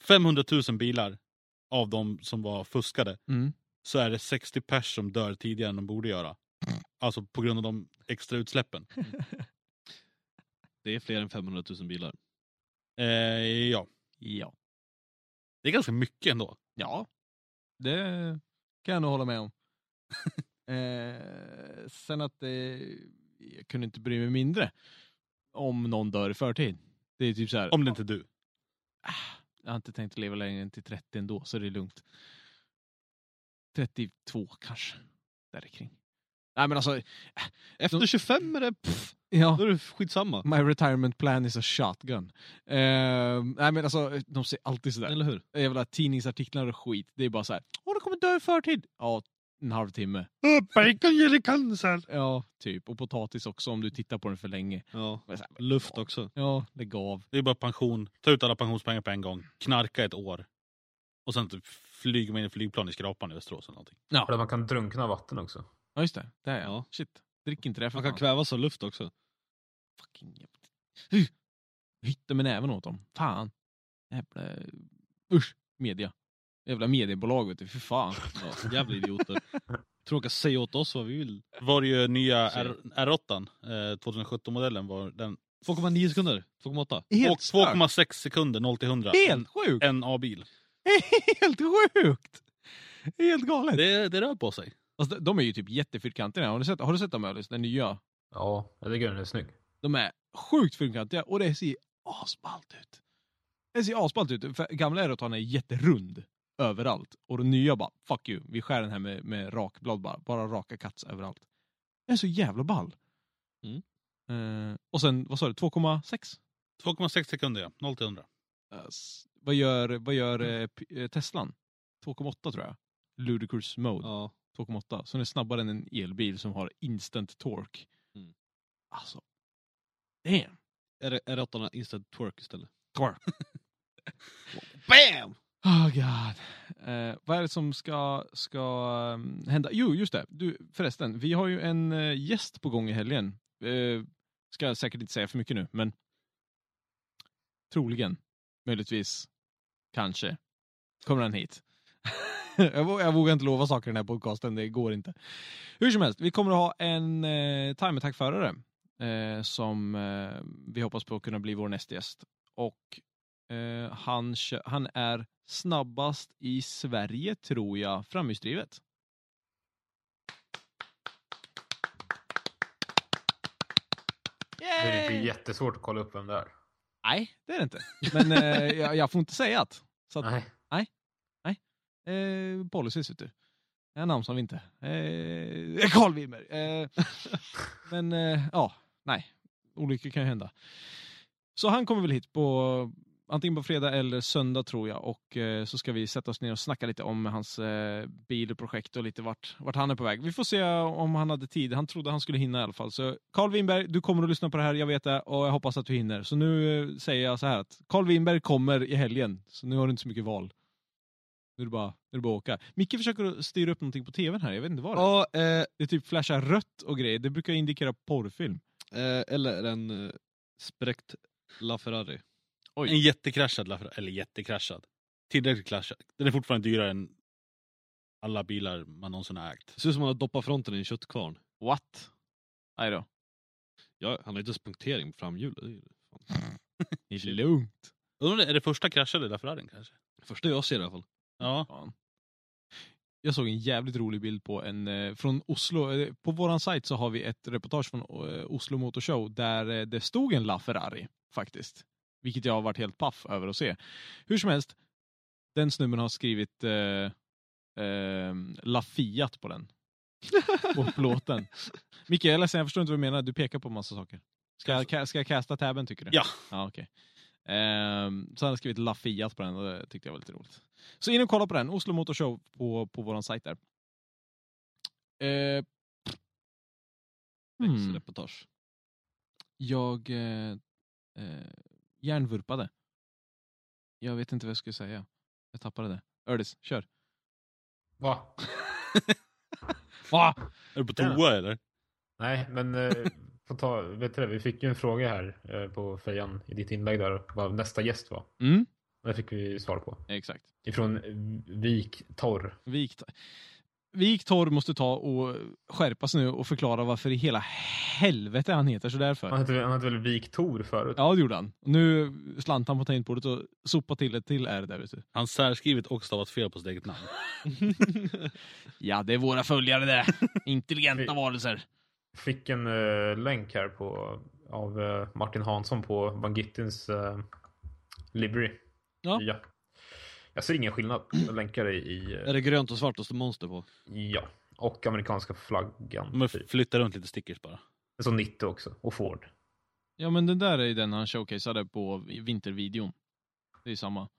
E: 500 000 bilar av de som var fuskade
A: Mm.
E: så är det 60 pers som dör tidigare än de borde göra. Alltså på grund av de extra utsläppen.
C: Det är fler än 500 000 bilar.
E: Eh, ja,
A: Ja.
E: det är ganska mycket ändå.
A: ja, det kan jag nog hålla med om. Ehm, sen att det, jag kunde inte bry mig mindre om någon dör i förtid. Det är typ så här, Ah,
E: Om det inte är du.
A: jag har inte tänkt leva längre än till 30 ändå, så det är lugnt. 32 kanske. Där kring. Nej men alltså...
D: Efter 25 är det... Pff,
A: Ja.
D: Då är det skitsamma.
A: My retirement plan is a shotgun. Eh, nej men alltså, de säger alltid sådär. Eh,
D: Eller hur?
A: Jävla tidningsartiklar och skit. Det är bara så här. Åh, du kommer dö i förtid! Ja, en halvtimme.
D: Bacon ger dig cancer!
A: Ja, typ. Och potatis också om du tittar på den för länge.
D: Ja.
A: Men så här,
D: Luft också.
A: Ja, lägg av.
C: Det är bara pension. Ta ut alla pensionspengar på en gång. Knarka ett år. Och sen typ flyger man in i flygplan i skrapan i Västerås eller någonting.
A: Ja.
B: Eller man kan drunkna i vatten också.
A: Ja, just det. Där ja.
D: Ja.
A: Shit. Drick inte det för
D: Man kan
A: fan.
D: kvävas av luft också.
A: Fucking jävligt. Huh. Hytte med näven åt dem. Fan. Jävla... Usch. Media. Jävla mediebolag vet du. För fan.
D: Ja, jävla idioter. Tråkigt säga åt oss vad vi vill.
C: Var ju nya
D: Se.
C: R- R8, eh, 2017-modellen, var den
D: 2,9 sekunder. 2,8.
C: och 2,6 sekunder 0 till 100.
A: Helt sjukt!
C: En A-bil.
A: Helt sjukt! Helt galet.
C: Det, det rör på sig.
A: Alltså, de- de är ju typ jättefyrkantiga. Har du sett, har du sett dem Ölis? Den nya?
B: Ja, jag tycker den är snygg.
A: De är sjukt fyrkantiga och det ser asballt ut. Det ser asballt ut. För gamla Erotan är jätterund överallt. Och den nya bara, fuck you, vi skär den här med, med rakblad bara. Bara raka kats överallt. Det är så jävla ball.
D: Mm.
A: Eh, och sen, vad sa du, 2,6?
C: 2,6 sekunder ja, 0 till 100.
A: Eh, s- vad gör, vad gör
D: Mm.
A: eh, p- eh, Teslan? 2,8 tror jag. Ludicrous mode.
D: Ja.
A: 2,8. Så den är snabbare än en elbil som har instant torque.
D: Mm.
A: Alltså. Damn.
D: Är, är råttorna instant twerk istället?
A: Torque.
D: BAM!
A: Oh god. Eh, vad är det som ska, ska ehm, hända? Jo, just det. Du, förresten, vi har ju en eh, gäst på gång i helgen. Eh, ska jag säkert inte säga för mycket nu, men troligen, möjligtvis, kanske, kommer han hit. jag, vågar, jag vågar inte lova saker i den här podcasten, det går inte. Hur som helst, vi kommer att ha en eh, time attack-förare eh, som eh, vi hoppas på att kunna bli vår nästa gäst. Och Eh, han, kö- han är snabbast i Sverige, tror jag, framhjulsdrivet.
B: Det är inte jättesvårt att kolla upp vem det är.
A: Nej, det är det inte. Men eh, jag, jag får inte säga att. Så att
B: Nej.
A: eh, policies, vet du. Det är namn som vi inte... Eh, Carl Wimmer. Eh, men eh, ja, nej. Olyckor kan ju hända. Så han kommer väl hit på antingen på fredag eller söndag tror jag och eh, så ska vi sätta oss ner och snacka lite om hans eh, bil och projekt och lite vart, vart han är på väg. Vi får se om han hade tid. Han trodde han skulle hinna i alla fall. Så Carl Winberg, du kommer att lyssna på det här, jag vet det och jag hoppas att du hinner. Så nu eh, säger jag så här att Carl Winberg kommer i helgen, så nu har du inte så mycket val. Nu är det bara, nu är det bara att åka. Micke försöker att styra upp någonting på tvn här, jag vet inte vad det är.
D: Ja, eh,
A: Det är typ flashar rött och grejer, det brukar indikera porrfilm.
D: eh, eller en eh, spräckt LaFerrari.
A: Oj.
C: En jättekraschad, LaFerrari- eller jättekraschad. Tillräckligt kraschad. Den är fortfarande dyrare än alla bilar man någonsin har ägt.
D: Det ser ut som att han har doppat fronten i en köttkvarn.
A: What? Nej då.
D: Ja, han har ju inte ens punktering på framhjulet. Det är ju-
A: Det är lugnt.
C: Undrar, om det är det första kraschade LaFerrarin kanske?
D: Första jag ser i alla fall.
C: Ja.
A: Fan. Jag såg en jävligt rolig bild på en eh, från Oslo. Eh, På våran sajt så har vi ett reportage från eh, Oslo Motor Show där eh, det stod en LaFerrari faktiskt. Vilket jag har varit helt paff över att se. Hur som helst, den snubben har skrivit eh, eh, LaFiat på den. På plåten. Micke, jag är ledsen, jag förstår inte vad du menar. Du pekar på massa saker. Ska jag, ka- ska jag kasta tabben tycker du?
C: Ja.
A: Ja, okej. Ehm, så han har skrivit LaFiat på den och det tyckte jag var lite roligt. Så in och kolla på den. Oslo Motor Show på, på våran sajt där. Eh, Mm.
D: Växelreportage.
A: jag eh, eh, hjärnvurpade. Jag vet inte vad jag skulle säga. Jag tappade det. Ördis, kör.
B: Va?
A: Va?
C: Är du på toa eller?
B: Nej, men eh, på ta, vet du det, vi fick ju en fråga här eh, på fejan i ditt inlägg där vad nästa gäst var.
A: Mm,
B: Det fick vi svar på.
A: exakt.
B: Ifrån eh, Vik Torr.
A: Vikt. Viktor måste ta och skärpas nu och förklara varför i hela helvete han heter så därför.
B: Han hette, han hette väl Vik Tor förut?
A: Ja, det gjorde han. Nu slant han på tangentbordet och sopade till ett till R där, vet du.
C: Han särskrivit och stavat fel på sitt eget namn.
A: Ja, det är våra följare det. Intelligenta
B: Vi-
A: varelser.
B: Fick en eh, länk här på, av eh, Martin Hansson på Van Gittins eh, Library.
A: Ja.
B: Nya. Jag ser ingen skillnad. Jag länkar i... i eh,
D: Är det grönt och svart och står monster på?
B: Ja, och amerikanska flaggan. typ.
C: De
D: Typ.
C: flyttar runt lite stickers bara.
B: Det står 90 också, och Ford.
A: Ja men den där är ju den han showcaseade på vintervideon. Det är ju samma.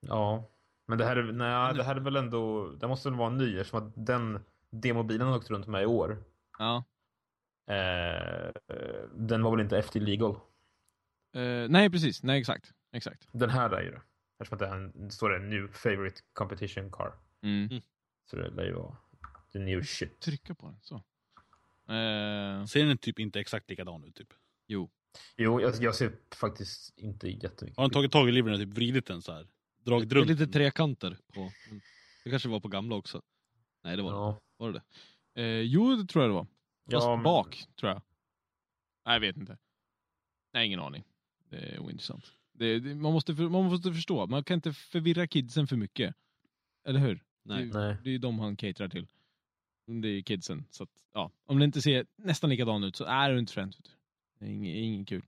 B: Ja, men det här, är, nej, det här är väl ändå, det måste väl vara en ny eftersom att den demobilen han åkte runt med i år.
A: Ja.
B: Eh, den var väl inte FT legal?
A: Eh, nej precis, nej exakt. Exakt.
B: Den här är ju det. Eftersom att det här det står det new favorite competition car.
A: Mm.
B: Så det lär ju vara the new shit.
A: Trycka på den, så. Eh,
C: Ser den typ inte exakt likadan ut? Typ?
A: Jo.
B: Jo, jag, jag ser faktiskt inte jättemycket.
C: Har han tagit tag i livrem och typ vridit den så här? Dragit
D: Det är
C: runt?
D: lite trekanter på. men Det kanske var på gamla också. Nej det var
B: ja.
D: det. Var det det?
A: Eh, jo det tror jag det var. Fast
B: Ja, men-
A: bak tror jag. Nej jag vet inte. Nej ingen aning. Det är ointressant. Det, det, man, måste för, man måste förstå, man kan inte förvirra kidsen för mycket. Eller hur?
D: Nej.
A: Det, är- det är ju de han caterar till. Det är ju kidsen. Så att, ja. Om det inte ser nästan likadan ut så är det inte fränt. Det är ing- ingen kul.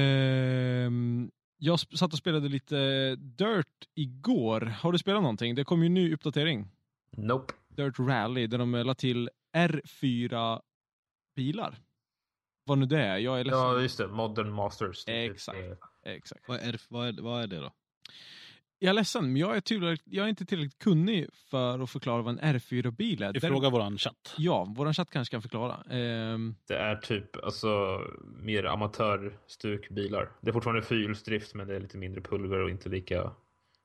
A: Ehm, jag sp- satt och spelade lite Dirt igår. Har du spelat någonting? Det kom ju en ny uppdatering.
B: Nope.
A: Dirt Rally där de eh, la till R4-bilar. Vad nu det är. Jag är ledsen.
B: Ja, just det. Modern Masters. Det är
A: Exakt.
B: Typ, eh,
A: Exakt.
D: Vad är, vad, är, vad är det då?
A: Jag är ledsen, men jag är, tydligt, jag är inte tillräckligt kunnig för att förklara vad en R4-bil är.
C: Vi
A: Där-
C: frågar våran chatt.
A: Ja, våran chatt kanske kan förklara. Ehm,
B: det är typ alltså mer amatörstukbilar. Det är fortfarande fyrhjulsdrift men det är lite mindre pulver och inte lika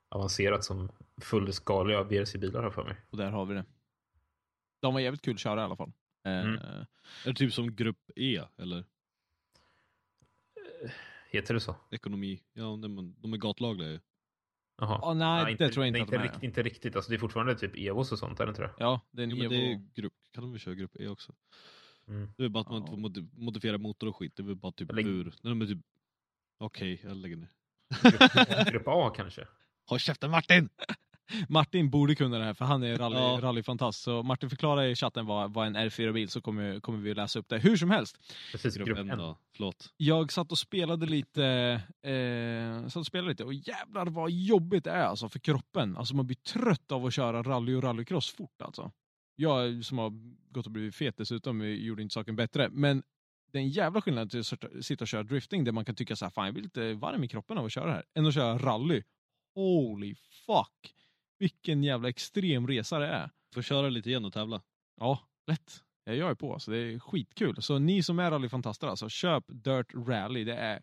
B: avancerat som fullskaliga VRC-bilar har jag för mig.
A: och där har vi det. De var jävligt kul att köra i alla fall. Eh,
B: Mm.
D: Är det typ som grupp E eller
B: Heter det så?
D: ekonomi? Ja, nej, men de är gatlagliga ju.
B: Jaha.
A: Åh, ah, nej, det tror jag inte
B: nej,
A: att de är.
B: riktigt, inte riktigt. Alltså, det är fortfarande typ Evos och sånt, är det inte det?
A: Ja, det är en
D: Jo,
A: Evo.
D: men det är ju grupp, kan de väl köra grupp E också?
B: Mm.
D: Det är bara att man inte
A: Ja.
D: får modi- modifiera motor och skit, det är väl bara typ
B: Lägg-
D: bur. Nej, de är typ... Okej, jag lägger ner.
B: Grupp, grupp A kanske?
D: Håll käften Martin!
A: Martin borde kunna det här för han är rally,
D: Ja.
A: rallyfantast. Så Martin förklara i chatten vad, vad en R4-bil så kommer, kommer vi läsa upp det. Hur som helst.
B: Precis,
D: Grupp N då, förlåt.
A: Jag satt och spelade lite, eh, satt och spelade lite och jävlar vad jobbigt det är alltså för kroppen. Alltså man blir trött av att köra rally och rallycross fort alltså. Jag som har gått och blivit fet dessutom eh, gjorde inte saken bättre. Men det är en jävla skillnad till att sorta- sitta och köra drifting där man kan tycka så här, fan jag blir lite varm i kroppen av att köra det här. Än att köra rally. Holy fuck! Vilken jävla extrem resa det är.
D: Får köra lite igen och tävla.
A: Ja, lätt. Ja, Jag är på, så det är skitkul. Så ni som är rallyfantaster, alltså, köp Dirt Rally. Det är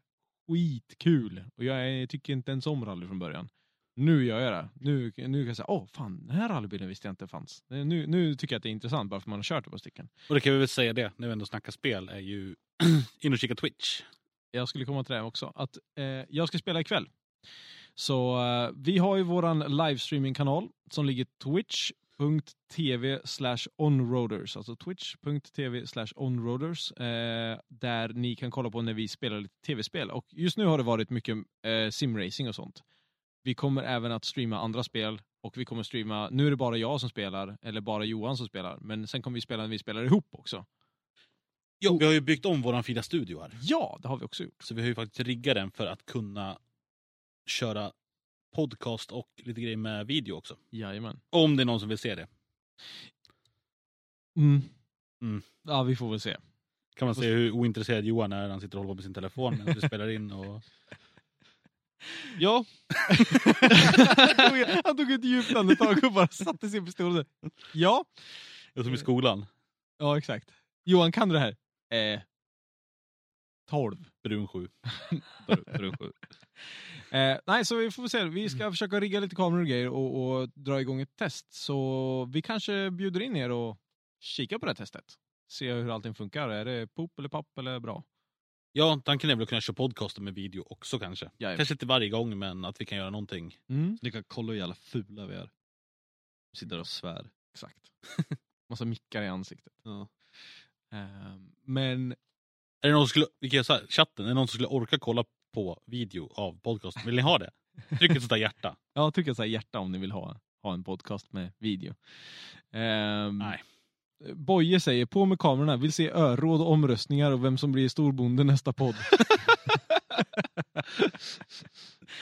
A: skitkul. Och jag är, tycker inte ens om rally från början. Nu gör jag det. Nu, nu kan jag säga, åh fan, den här rallybilen visste jag inte fanns. Nu, nu tycker jag att det är intressant, bara för man har kört det på stycken.
C: Och det kan vi väl säga det, när vi ändå snackar spel, är ju in och kika Twitch.
A: jag skulle komma till det också, att eh, jag ska spela ikväll. Så eh, vi har ju våran livestreamingkanal som ligger twitch.tv slash onroaders, alltså twitch.tv slash onroaders, eh, där ni kan kolla på när vi spelar lite tv-spel. Och just nu har det varit mycket eh, simracing och sånt. Vi kommer även att streama andra spel och vi kommer streama, nu är det bara jag som spelar, eller bara Johan som spelar, men sen kommer vi spela när vi spelar ihop också.
C: Jo, vi har ju byggt om våran fina studio här.
A: Ja, det har vi också gjort.
C: Så vi har ju faktiskt riggat den för att kunna köra podcast och lite grejer med video också.
A: Jajamän.
C: Om det är någon som vill se det.
A: Mm.
C: Mm.
A: Ja, vi får väl se.
C: Kan man se hur ointresserad Johan är när han sitter och håller på med sin telefon medan vi spelar in. Och...
D: Ja,
A: Han tog- Han tog ett djupt andetag och bara satte sin pistol och sa, Ja,
C: Det är som i skolan.
A: ja exakt. Johan, kan du det här? Eh, 12.
C: Brun 7.
D: brun sju.
A: Eh, nej, så vi får se. Vi ska försöka rigga lite kameror och grejer och, och dra igång ett test. Så vi kanske bjuder in er och kika på det här testet. Se hur allting funkar. Är det pop eller papp eller bra?
C: Ja, tanken är väl att kunna köra podcast med video också kanske.
A: Jajamän.
C: Kanske inte varje gång, men att vi kan göra någonting.
A: Mm.
D: Ni kan kolla hur jävla fula vi är. Vi sitter och svär.
A: Exakt. Massa mickar i ansiktet.
D: Ja.
A: Eh, men
C: Är det någon som skulle, vi kan göra så här, chatten, är det någon som skulle orka kolla på video av podcasten? Vill ni ha det? Tryck ett sånt där hjärta.
A: Ja, tryck ett så här hjärta om ni vill ha, ha en podcast med video. Ehm,
C: Nej.
A: Boje säger, på med kamerorna, vill se öråd och omröstningar och vem som blir storbonde nästa podd.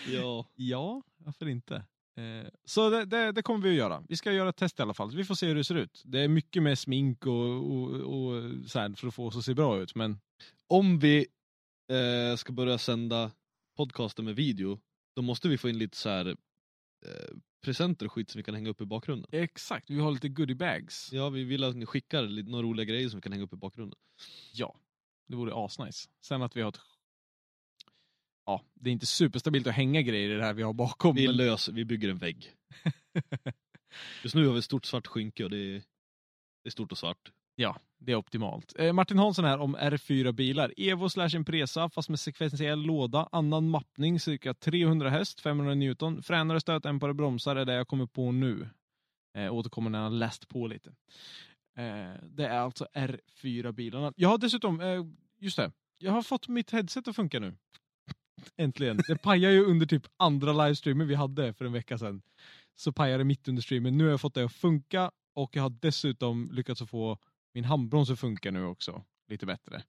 D: Ja,
A: ja, varför inte? Eh, så det, det, det kommer vi att göra. Vi ska göra ett test i alla fall. Vi får se hur det ser ut. Det är mycket mer smink och, och, och så här för att få oss att se bra ut. Men
D: om vi eh, ska börja sända podcasten med video, då måste vi få in lite så här eh, presenter och skit som vi kan hänga upp i bakgrunden.
A: Exakt, vi har lite goodiebags.
D: Ja, vi vill att ni skickar lite, några roliga grejer som vi kan hänga upp i bakgrunden.
A: Ja, det vore asnice. Sen att vi har ett... Ja, det är inte superstabilt att hänga grejer i det här vi har bakom.
D: Vi
A: men-
D: löser, vi bygger en vägg. Just nu har vi ett stort svart skynke och det är, det är stort och svart.
A: Ja, det är optimalt. Eh, Martin Hansson här om R4 bilar. Evo slash Impresa fast med sekventiell låda, annan mappning, cirka 300 häst, 500 Newton. Fränare stötdämpare, bromsar är det jag kommer på nu. Eh, återkommer när jag har läst på lite. Eh, det är alltså R4 bilarna. Jag har dessutom, eh, just det, jag har fått mitt headset att funka nu. Äntligen. Det pajade ju under typ andra livestreamen vi hade för en vecka sedan. Så pajade det mitt under streamen. Nu har jag fått det att funka och jag har dessutom lyckats att få min handbroms att funka nu också lite bättre.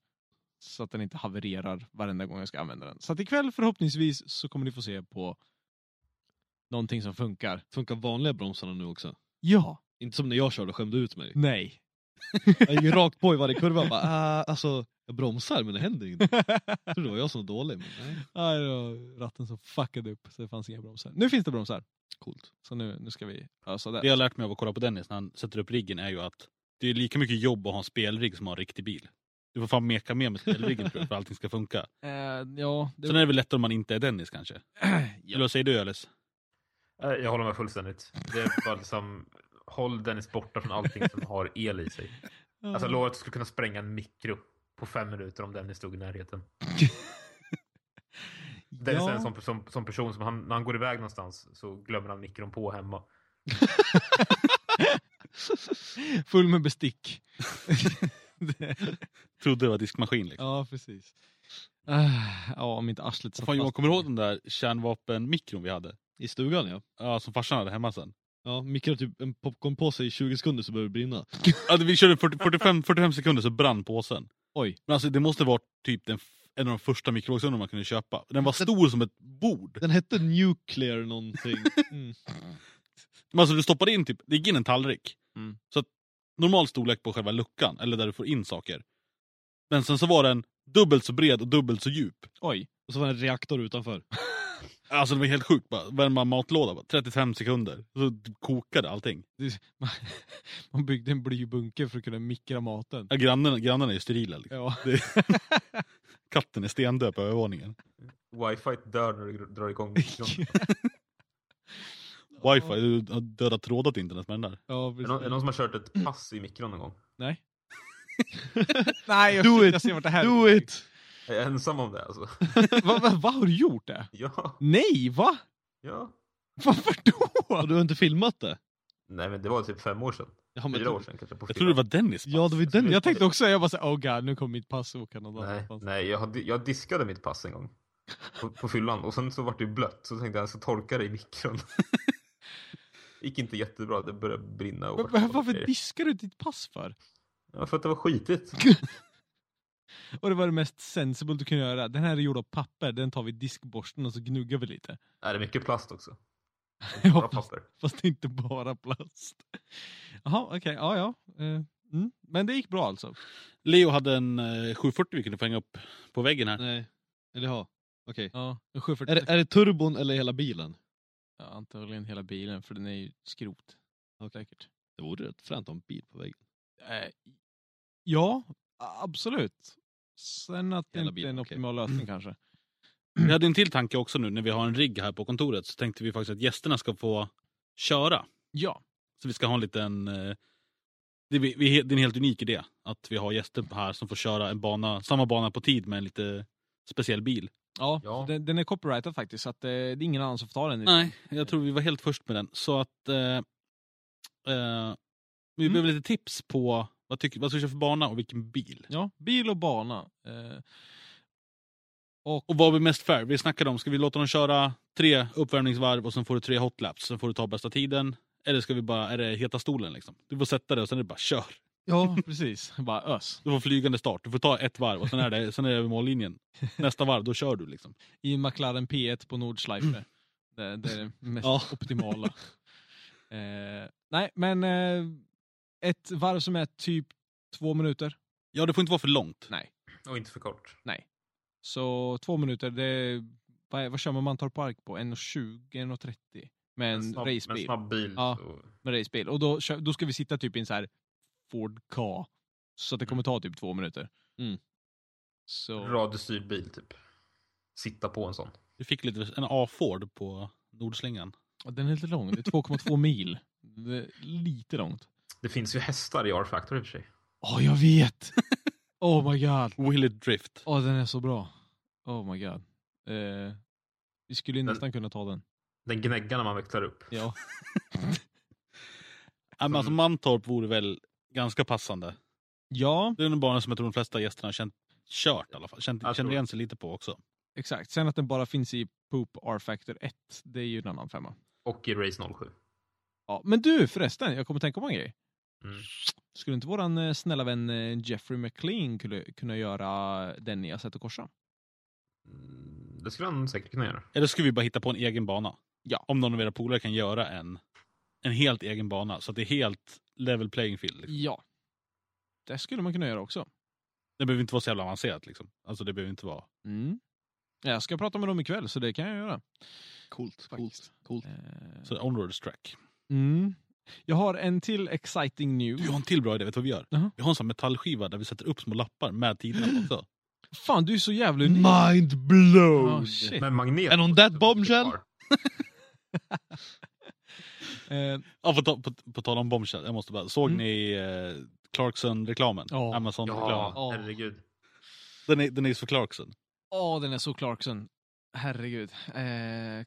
A: Så att den inte havererar varenda gång jag ska använda den. Så att ikväll förhoppningsvis så kommer ni få se på någonting som funkar.
D: Funkar vanliga bromsarna nu också?
A: Ja.
D: Inte som när jag körde och skämde ut mig.
A: Nej.
D: Jag gick rakt på i varje kurva. Bara, ah, alltså, jag bromsar men det händer inte. Jag trodde det var jag som var dålig. Men, nej.
A: Nej, det var ratten som fuckade upp så det fanns inga bromsar. Nu finns det bromsar.
D: Coolt.
A: Så nu, nu ska vi ösa det.
C: Det jag har lärt mig av att kolla på Dennis när han sätter upp riggen är ju att det är lika mycket jobb att ha en spelrigg som att ha en riktig bil. Du får fan meka med med spelriggen tror jag, för att allting ska funka.
A: Eh, ja, det...
C: Sen är det väl lättare om man inte är Dennis kanske? Eller vad säger du Alice?
B: Eh, Jag håller med fullständigt. Det är bara liksom, håll Dennis borta från allting som har el i sig. Alltså jag lovar att du skulle kunna spränga en mikro på fem minuter om Dennis stod i närheten. Dennis är en sån som, som person som han, när han går iväg någonstans så glömmer han mikron på hemma.
A: Full med bestick.
C: Trodde det var diskmaskin liksom.
A: ja, precis. Ah, ja, om inte arslet satt
C: Fan, jag
A: fast.
C: kommer du ihåg den där kärnvapenmikron vi hade?
D: I stugan ja.
C: Ja, som farsan hade hemma sen.
D: Ja, mikrar typ en popcornpåse i 20 sekunder så börjar det brinna.
C: Ja, vi körde 40, 45, 45 sekunder så brann påsen.
A: Oj.
C: Men alltså det måste vara typ den, f- en av de första mikrovågsugnar man kunde köpa. Den var stor som ett bord.
D: Den hette Nuclear någonting. Mm.
C: Men alltså du stoppade in typ, det gick in en tallrik.
A: Mm.
C: Så att normal storlek på själva luckan, eller där du får in saker. Men sen så var den dubbelt så bred och dubbelt så djup.
A: Oj.
D: Och så var det en reaktor utanför.
C: Alltså det var helt sjukt bara. Värma matlåda bara, 35 sekunder. Så kokade allting.
A: Det- Man, man byggde en blybunker för att kunna mikra maten.
C: Ja, grannarna, grannarna är ju sterila liksom.
A: Ja.
C: Det, katten är stendöd på övervåningen.
B: Wifi dör när du drar igång mikron.
C: Wifi, du har dödat trådat internet med den där.
A: Ja,
B: Är det någon, är det någon
A: precis.
B: som har kört ett pass i mikron någon gång?
A: Nej. Nej, jag,
D: Do
A: ser-
D: it.
A: jag ser vart det här
D: Do it!
B: Jag är ensam om det alltså.
A: Va, va, va, har du gjort det?
B: Ja,
A: Nej, va?
B: ja.
A: Varför
D: Och
A: då?
D: du har inte filmat det?
B: Nej men det var typ fem år sedan.
D: Ja, men,
B: Fyra år sedan kanske. På
C: Jag
B: fyra.
C: trodde det var Dennis.
D: ja det var ju den
A: Jag tänkte också, jag bara såhär, oh god, nu kommer mitt pass och åka någon
B: Nej,
A: annanstans.
B: nej jag, hade, jag diskade mitt pass en gång. På, på fyllan. Och sen så vart det ju blött. Så tänkte jag, jag ska torka det i mikron. gick inte jättebra. Det började brinna. Och
A: Men
B: vart-
A: var- Varför diskar du ditt pass för?
B: ja, För att det var skitigt.
A: Och det var det mest sensible du kunde göra. Den här är gjord av papper, den tar vi i diskborsten och så gnuggar vi lite.
B: Nej, Äh, det är mycket plast också.
A: Jag
B: Bra
A: hoppas,
B: papper.
A: fast det är inte bara plast. Jaha, okej, ja ja. Eh, Mm. Men det gick bra alltså?
C: Leo hade en eh, 740 vi kunde få hänga upp på väggen här.
D: Nej. Eller ja. Okej.
A: Ja, en 740.
D: Är, det- är det turbon eller hela bilen?
A: Ja, antagligen hela bilen, för den är ju skrot. Säkert.
D: Det vore rätt fränt att ha en bil på väggen.
A: Eh, ja, a- absolut. Sen att det
D: Hela
A: inte är
D: bilen,
A: en
D: okej.
A: optimal lösning kanske.
C: Vi hade en till tanke också nu när vi har en rigg här på kontoret så tänkte vi faktiskt att gästerna ska få köra.
A: Ja.
C: Så vi ska ha en liten... eh, Det vi- vi- det är en helt unik idé att vi har gäster här som får köra en bana, samma bana på tid med en lite speciell bil.
A: Ja,
B: Ja.
A: så Den, den är copyrightad faktiskt, så att, eh, det är ingen annan som får ta den.
C: Nej, jag tror vi var helt först med den. Så att... Eh, eh, vi
A: Mm.
C: behöver lite tips på vad, tycker, vad ska vi köra för bana och vilken bil.
A: Ja, bil och bana. Eh,
C: Och vad blir mest fair? Vi snackade om, ska vi låta dem köra tre uppvärmningsvarv och sen får du tre hotlaps, sen får du ta bästa tiden. Eller ska vi bara, är det heta stolen liksom? Du får sätta dig och sen är det bara kör.
A: ja, precis. Bara ös.
C: Du får flygande start, du får ta ett varv och sen är det, sen är det över mållinjen. Nästa varv, då kör du liksom.
A: I en McLaren P1 på Nordschleife. Det, det är det mest
D: Ja.
A: optimala. Eh, nej, men eh, ett varv som är typ två minuter.
C: Ja, det får inte vara för långt.
A: Nej.
B: Och inte för kort.
A: Nej. Så två minuter, det är, vad, är- vad kör man Mantorp Park på? 1.20, 1.30? Med en,
B: En snabb-
A: racebil.
B: med en snabb bil,
A: Ja,
B: så-
A: med racebil. Och då, kör, då ska vi sitta typ i en så här Ford Ka. Så att det kommer ta typ två minuter. Så...
B: Radiostyrd bil typ. Sitta på en sån.
C: Du fick lite en A-Ford på Nordslingan.
A: Ja, Den är lite lång, det är 2,2 mil. Det är lite långt.
B: Det finns ju hästar i R-Factor i och för sig.
A: Åh, jag vet! Oh my god.
C: Will it drift?
A: Åh, den är så bra. Oh my god. Eh, vi skulle ju nästan kunna ta den.
B: Den gnäggar när man växlar upp.
A: Ja.
C: Ja, men alltså Mantorp vore väl ganska passande.
A: Ja.
C: Det är en bana som jag tror de flesta gästerna har känt, kört i alla fall. Känt,
A: Jag
C: känner
A: tror
C: igen
A: det.
C: sig lite på också.
A: Exakt. Sen att den bara finns i Poop R-Factor 1, det är ju en annan femma.
B: Och i Race 07.
A: Ja, men du förresten, jag kommer tänka på en grej.
B: Mm.
A: Skulle inte våran eh, snälla vän eh, Jeffrey McLean kunna, kunna göra den i Assetto Corsa?
B: Det skulle han säkert kunna göra.
C: Eller skulle vi bara hitta på en egen bana?
A: Ja.
C: Om någon av era polare kan göra en, en helt egen bana. Så att det är helt level playing field. Liksom.
A: Ja. Det skulle man kunna göra också.
C: Det behöver inte vara så jävla avancerat. Liksom. Alltså det behöver inte vara...
A: Mm. Jag ska prata med dem ikväll, så det kan jag göra. Eh,
D: Coolt,
A: coolt,
D: coolt.
C: Så onroads track.
A: Mm. Jag har en till exciting news.
C: Du, jag har en till bra idé. Vet du vad vi gör?
A: Jaha.
C: Vi har en sån här metallskiva där vi sätter upp små lappar med tiderna också.
A: Fan, du är så jävla unik.
D: Mind blown!
A: Ah, shit.
B: Men magnet.
D: And on that bombshell?
A: Eh,
C: Ja, på, ta, på, på tal om bombshell, jag måste bara. Såg
A: Mm.
C: ni eh, Clarkson-reklamen?
A: Ja.
C: Amazon-reklamen.
B: Ja, herregud.
C: Den är, den är för Clarkson.
A: Åh, ah, den är så Clarkson. Herregud. Eh,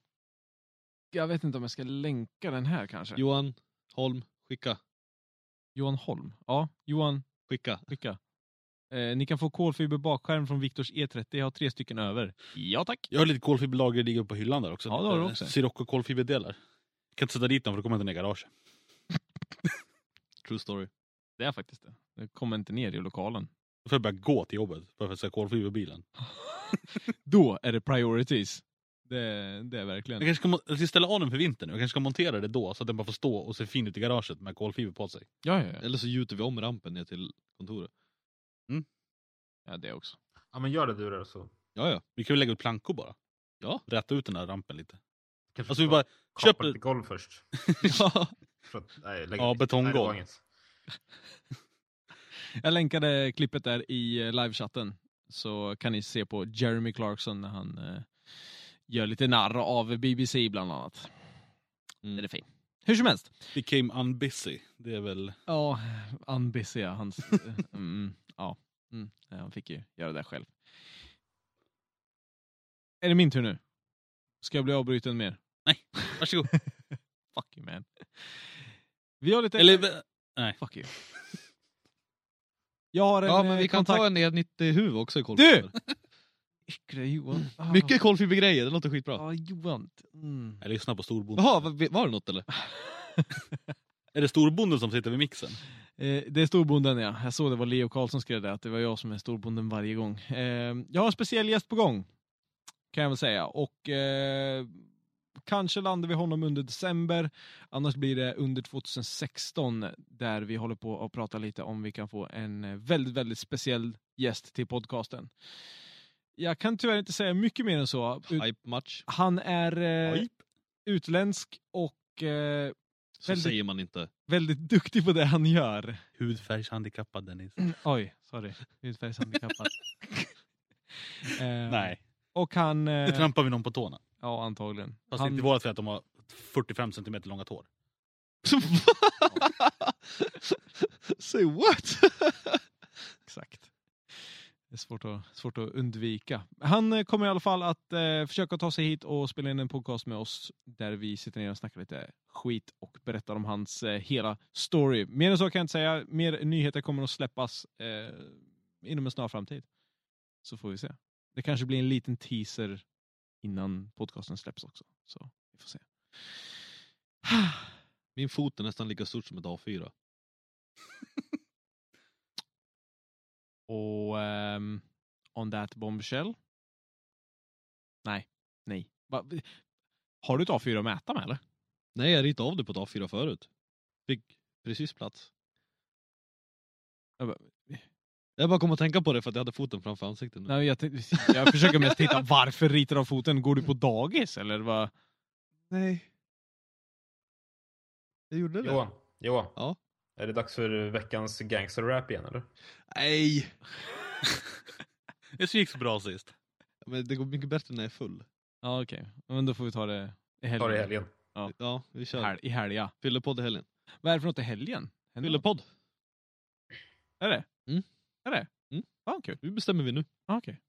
A: jag vet inte om jag ska länka den här kanske.
D: Johan Holm, skicka.
A: Johan Holm. Ja, Johan,
D: Skicka.
A: skicka. Eh, ni kan få kolfiber bakskärm från Viktors E30. Jag har tre stycken över. Ja tack.
C: Jag har lite kolfiberlager ligger på hyllan där också. Eh,
A: Ja, det har du också.
C: Sirocco kolfiberdelar. Kan inte sätta dit dem för då kommer jag inte ner i garaget.
D: True story.
A: Det är faktiskt det. Det kommer inte ner i lokalen.
C: Då får jag börja gå till jobbet bara för att säga kolfiberbilen.
A: Då är det priorities. Det, det är verkligen.
C: Jag kanske ska, mo- jag ska ställa av den för vintern. Jag kanske ska montera det då så att den bara får stå och se fin ut i garaget med kolfiber på sig.
A: Ja, ja, ja.
D: Eller så gjuter vi om rampen ner till kontoret.
A: ja, det också.
B: Ja, men gör det du där så.
D: Ja, ja.
C: Vi kan väl lägga ut plankor bara.
D: Ja.
C: Räta ut den här rampen lite.
B: Kanske
C: Alltså vi bara
B: kapa
C: köper...
B: lite golv först.
C: ja.
B: För att, nej, lägg-
C: Ja,
B: nej, det var
C: betonggolv.
B: inget.
A: Jag länkade klippet där i eh, livechatten. Så kan ni se på Jeremy Clarkson när han eh, gör lite narr av BBC bland annat.
D: Mm.
A: Den är fin. Hur som helst.
C: Became unbusy. Det är väl...
A: Ja, Anbissé, hans... eh, mm, ja, mm, nej, han fick ju göra det själv. Är det min tur nu? Ska jag bli avbruten mer?
C: Varsågod.
A: Fuck you man. Vi har lite...
C: Eller...
A: Fuck you. Jag har en
D: Ja, men vi
A: eh,
D: kan
A: kontakt...
D: ta en E90 huvud också i kolfiber.
A: Yckle, Johan. Ah,
D: Mycket kolfibergrejer, det låter
A: Ja,
D: skitbra.
A: ah, Johan. Mm.
C: Jag lyssnar på storbonden.
D: Jaha, var, var det något eller?
C: Är det storbonden som sitter vid mixen?
A: Eh, det är storbonden ja. Jag såg det var Leo Karlsson skrev det, att det var jag som är storbonden varje gång. Eh, jag har en speciell gäst på gång, kan jag väl säga. Och eh, kanske landar vi honom under december, annars blir det under 2016 där vi håller på att prata lite om vi kan få en eh, väldigt, väldigt speciell gäst till podcasten. Jag kan tyvärr inte säga mycket mer än så. Ut-
D: Hype match.
A: Han är eh,
C: Oj.
A: utländsk och eh,
D: Så
A: Väldigt-
D: säger man inte.
A: väldigt duktig på det han gör.
C: Hudfärgshandikappad Dennis.
A: Oj, sorry. Hudfärgshandikappad. eh,
C: Nej,
A: Och han...
C: nu
A: Eh,
C: trampar vi någon på tårna.
A: ja, antagligen.
C: Fast
A: han,
C: inte vårat för att de har 45 cm långa tår.
D: Say what?
A: Exakt. Det är svårt att, svårt att undvika. Han eh, kommer i alla fall att eh, försöka ta sig hit och spela in en podcast med oss där vi sitter ner och snackar lite skit och berättar om hans eh, hela story. Mer än så kan jag inte säga. Mer nyheter kommer att släppas eh, inom en snar framtid. Så får vi se. Det kanske blir en liten teaser innan podcasten släpps också. Så vi får se.
D: Min fot är nästan lika stor som ett A4.
A: Och ehm, on that bombshell. Nej, nej. Va, Har du ett A4 att mäta med eller?
C: Nej, jag ritade av det på ett A4 förut. Fick precis plats.
A: Jag bara,
C: jag bara kom att tänka på det för att jag hade foten framför ansiktet nu.
A: Nej, jag, tänkte- jag försöker mest titta, varför ritar du av foten? Går du på dagis eller vad?
C: Nej. Jag gjorde det.
I: Johan, Johan.
C: Ja?
I: Är det dags för veckans gangsterrap igen eller?
C: Nej!
J: Det gick så bra sist.
C: Men det går mycket bättre när jag är full.
A: Ja okej, men då får vi ta det i helgen.
I: Ta det i helgen.
A: Ja.
C: Ja, vi kör.
A: Hel- I helga.
C: Fyllepodd i helgen.
A: Vad är det för något i helgen? Händer något?
C: Fyllepodd.
A: Är det?
C: Mm.
A: Är det?
C: Mm.
A: Fan kul.
C: Nu bestämmer vi nu.
A: Ja, Okej.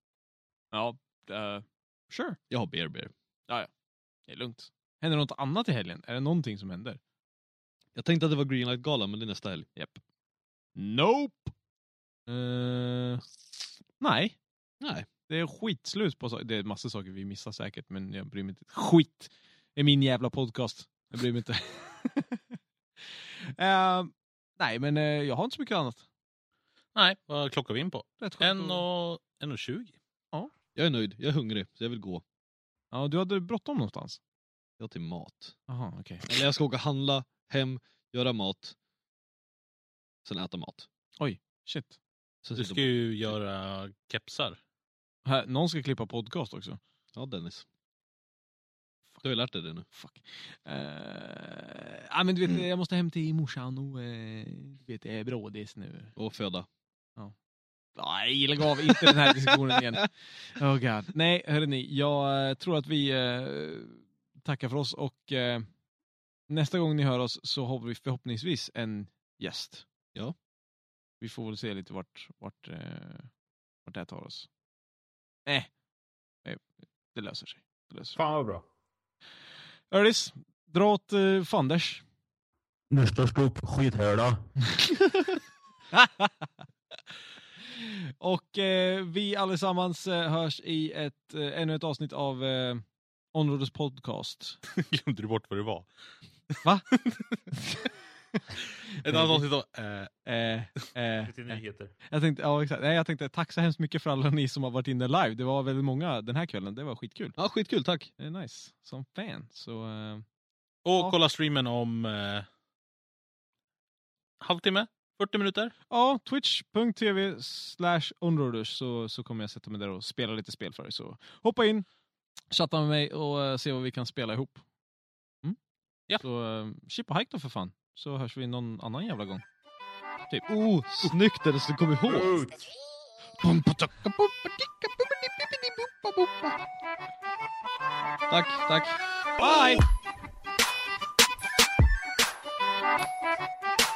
A: Ja, eh, sure.
C: Jag har beer beer.
A: Det är lugnt. Händer något annat i helgen? Är det någonting som händer?
C: Jag tänkte att det var Greenlight-galan men det är nästa helg.
A: Japp. Nope! Eh, nej.
C: Nej.
A: Det är skitslut på saker. Det är massa saker vi missar säkert, men jag bryr mig inte. Skit! Det är min jävla podcast. Jag bryr mig inte. Eh, nej, men eh, jag har inte så mycket annat.
J: Nej, vad klockar vi in på?
A: Rätt skönt
J: En
A: att-
J: och, en och tjugo.
C: Jag är nöjd, jag är hungrig så jag vill gå.
A: Ja, du hade bråttom någonstans?
C: Jag har till mat.
A: Jaha, okej.
C: Eller jag ska åka handla, hem, göra mat. Sen äta mat.
A: Shit.
C: Sen
J: Du
C: sitta-
J: ska ju göra kepsar.
A: Här, någon ska klippa podcast också.
C: Ja Dennis. Du har ju lärt dig det nu.
A: Fuck. Eh, ah, men du
C: Mm.
A: vet, jag måste hem till morsan och eh, du vet, jag är brådis nu.
C: Och föda.
A: Nej, lägg av. Inte den här diskussionen igen. Oh god. Nej, hörrni. Jag eh, tror att vi eh, tackar för oss och eh, nästa gång ni hör oss så har vi förhoppningsvis en gäst.
C: Ja.
A: Vi får väl se lite vart, vart, eh, vart det här tar oss. Nej, Nej, det löser sig. Det löser sig.
I: Fan vad bra.
A: Ördis, dra åt eh, fanders.
I: Nästa stopp, skithöla.
A: Och eh, vi allesammans eh, hörs i ett, eh, ännu ett avsnitt av eh, Onrodes podcast.
J: Glömde du bort vad det var?
A: Va?
J: Ett annat avsnitt av... Eh,
A: Eh, eh,
I: Lite
A: eh.
I: nyheter.
A: Jag tänkte, ja, exakt. Nej, jag tänkte tack så hemskt mycket för alla ni som har varit inne live. Det var väldigt många den här kvällen. Det var skitkul.
C: Ja skitkul, tack.
A: Det är nice. Som fan. Så eh,
J: och kolla streamen om... Eh, halvtimme? 40 minuter?
A: ja, twitch.tv slash onroders så, så kommer jag sätta mig där och spela lite spel för er. Så hoppa in, chatta med mig och eh, se vad vi kan spela ihop. Mm?
J: Ja.
A: Så eh, chip och hike då för fan. Så hörs vi någon annan jävla gång. Typ.
C: Oh, snyggt Dennis, du kom ihåg. Tack, tack.
A: Bye!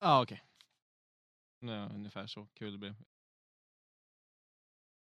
A: Ja, okej. Ja, Ah, ungefär så kul det blev.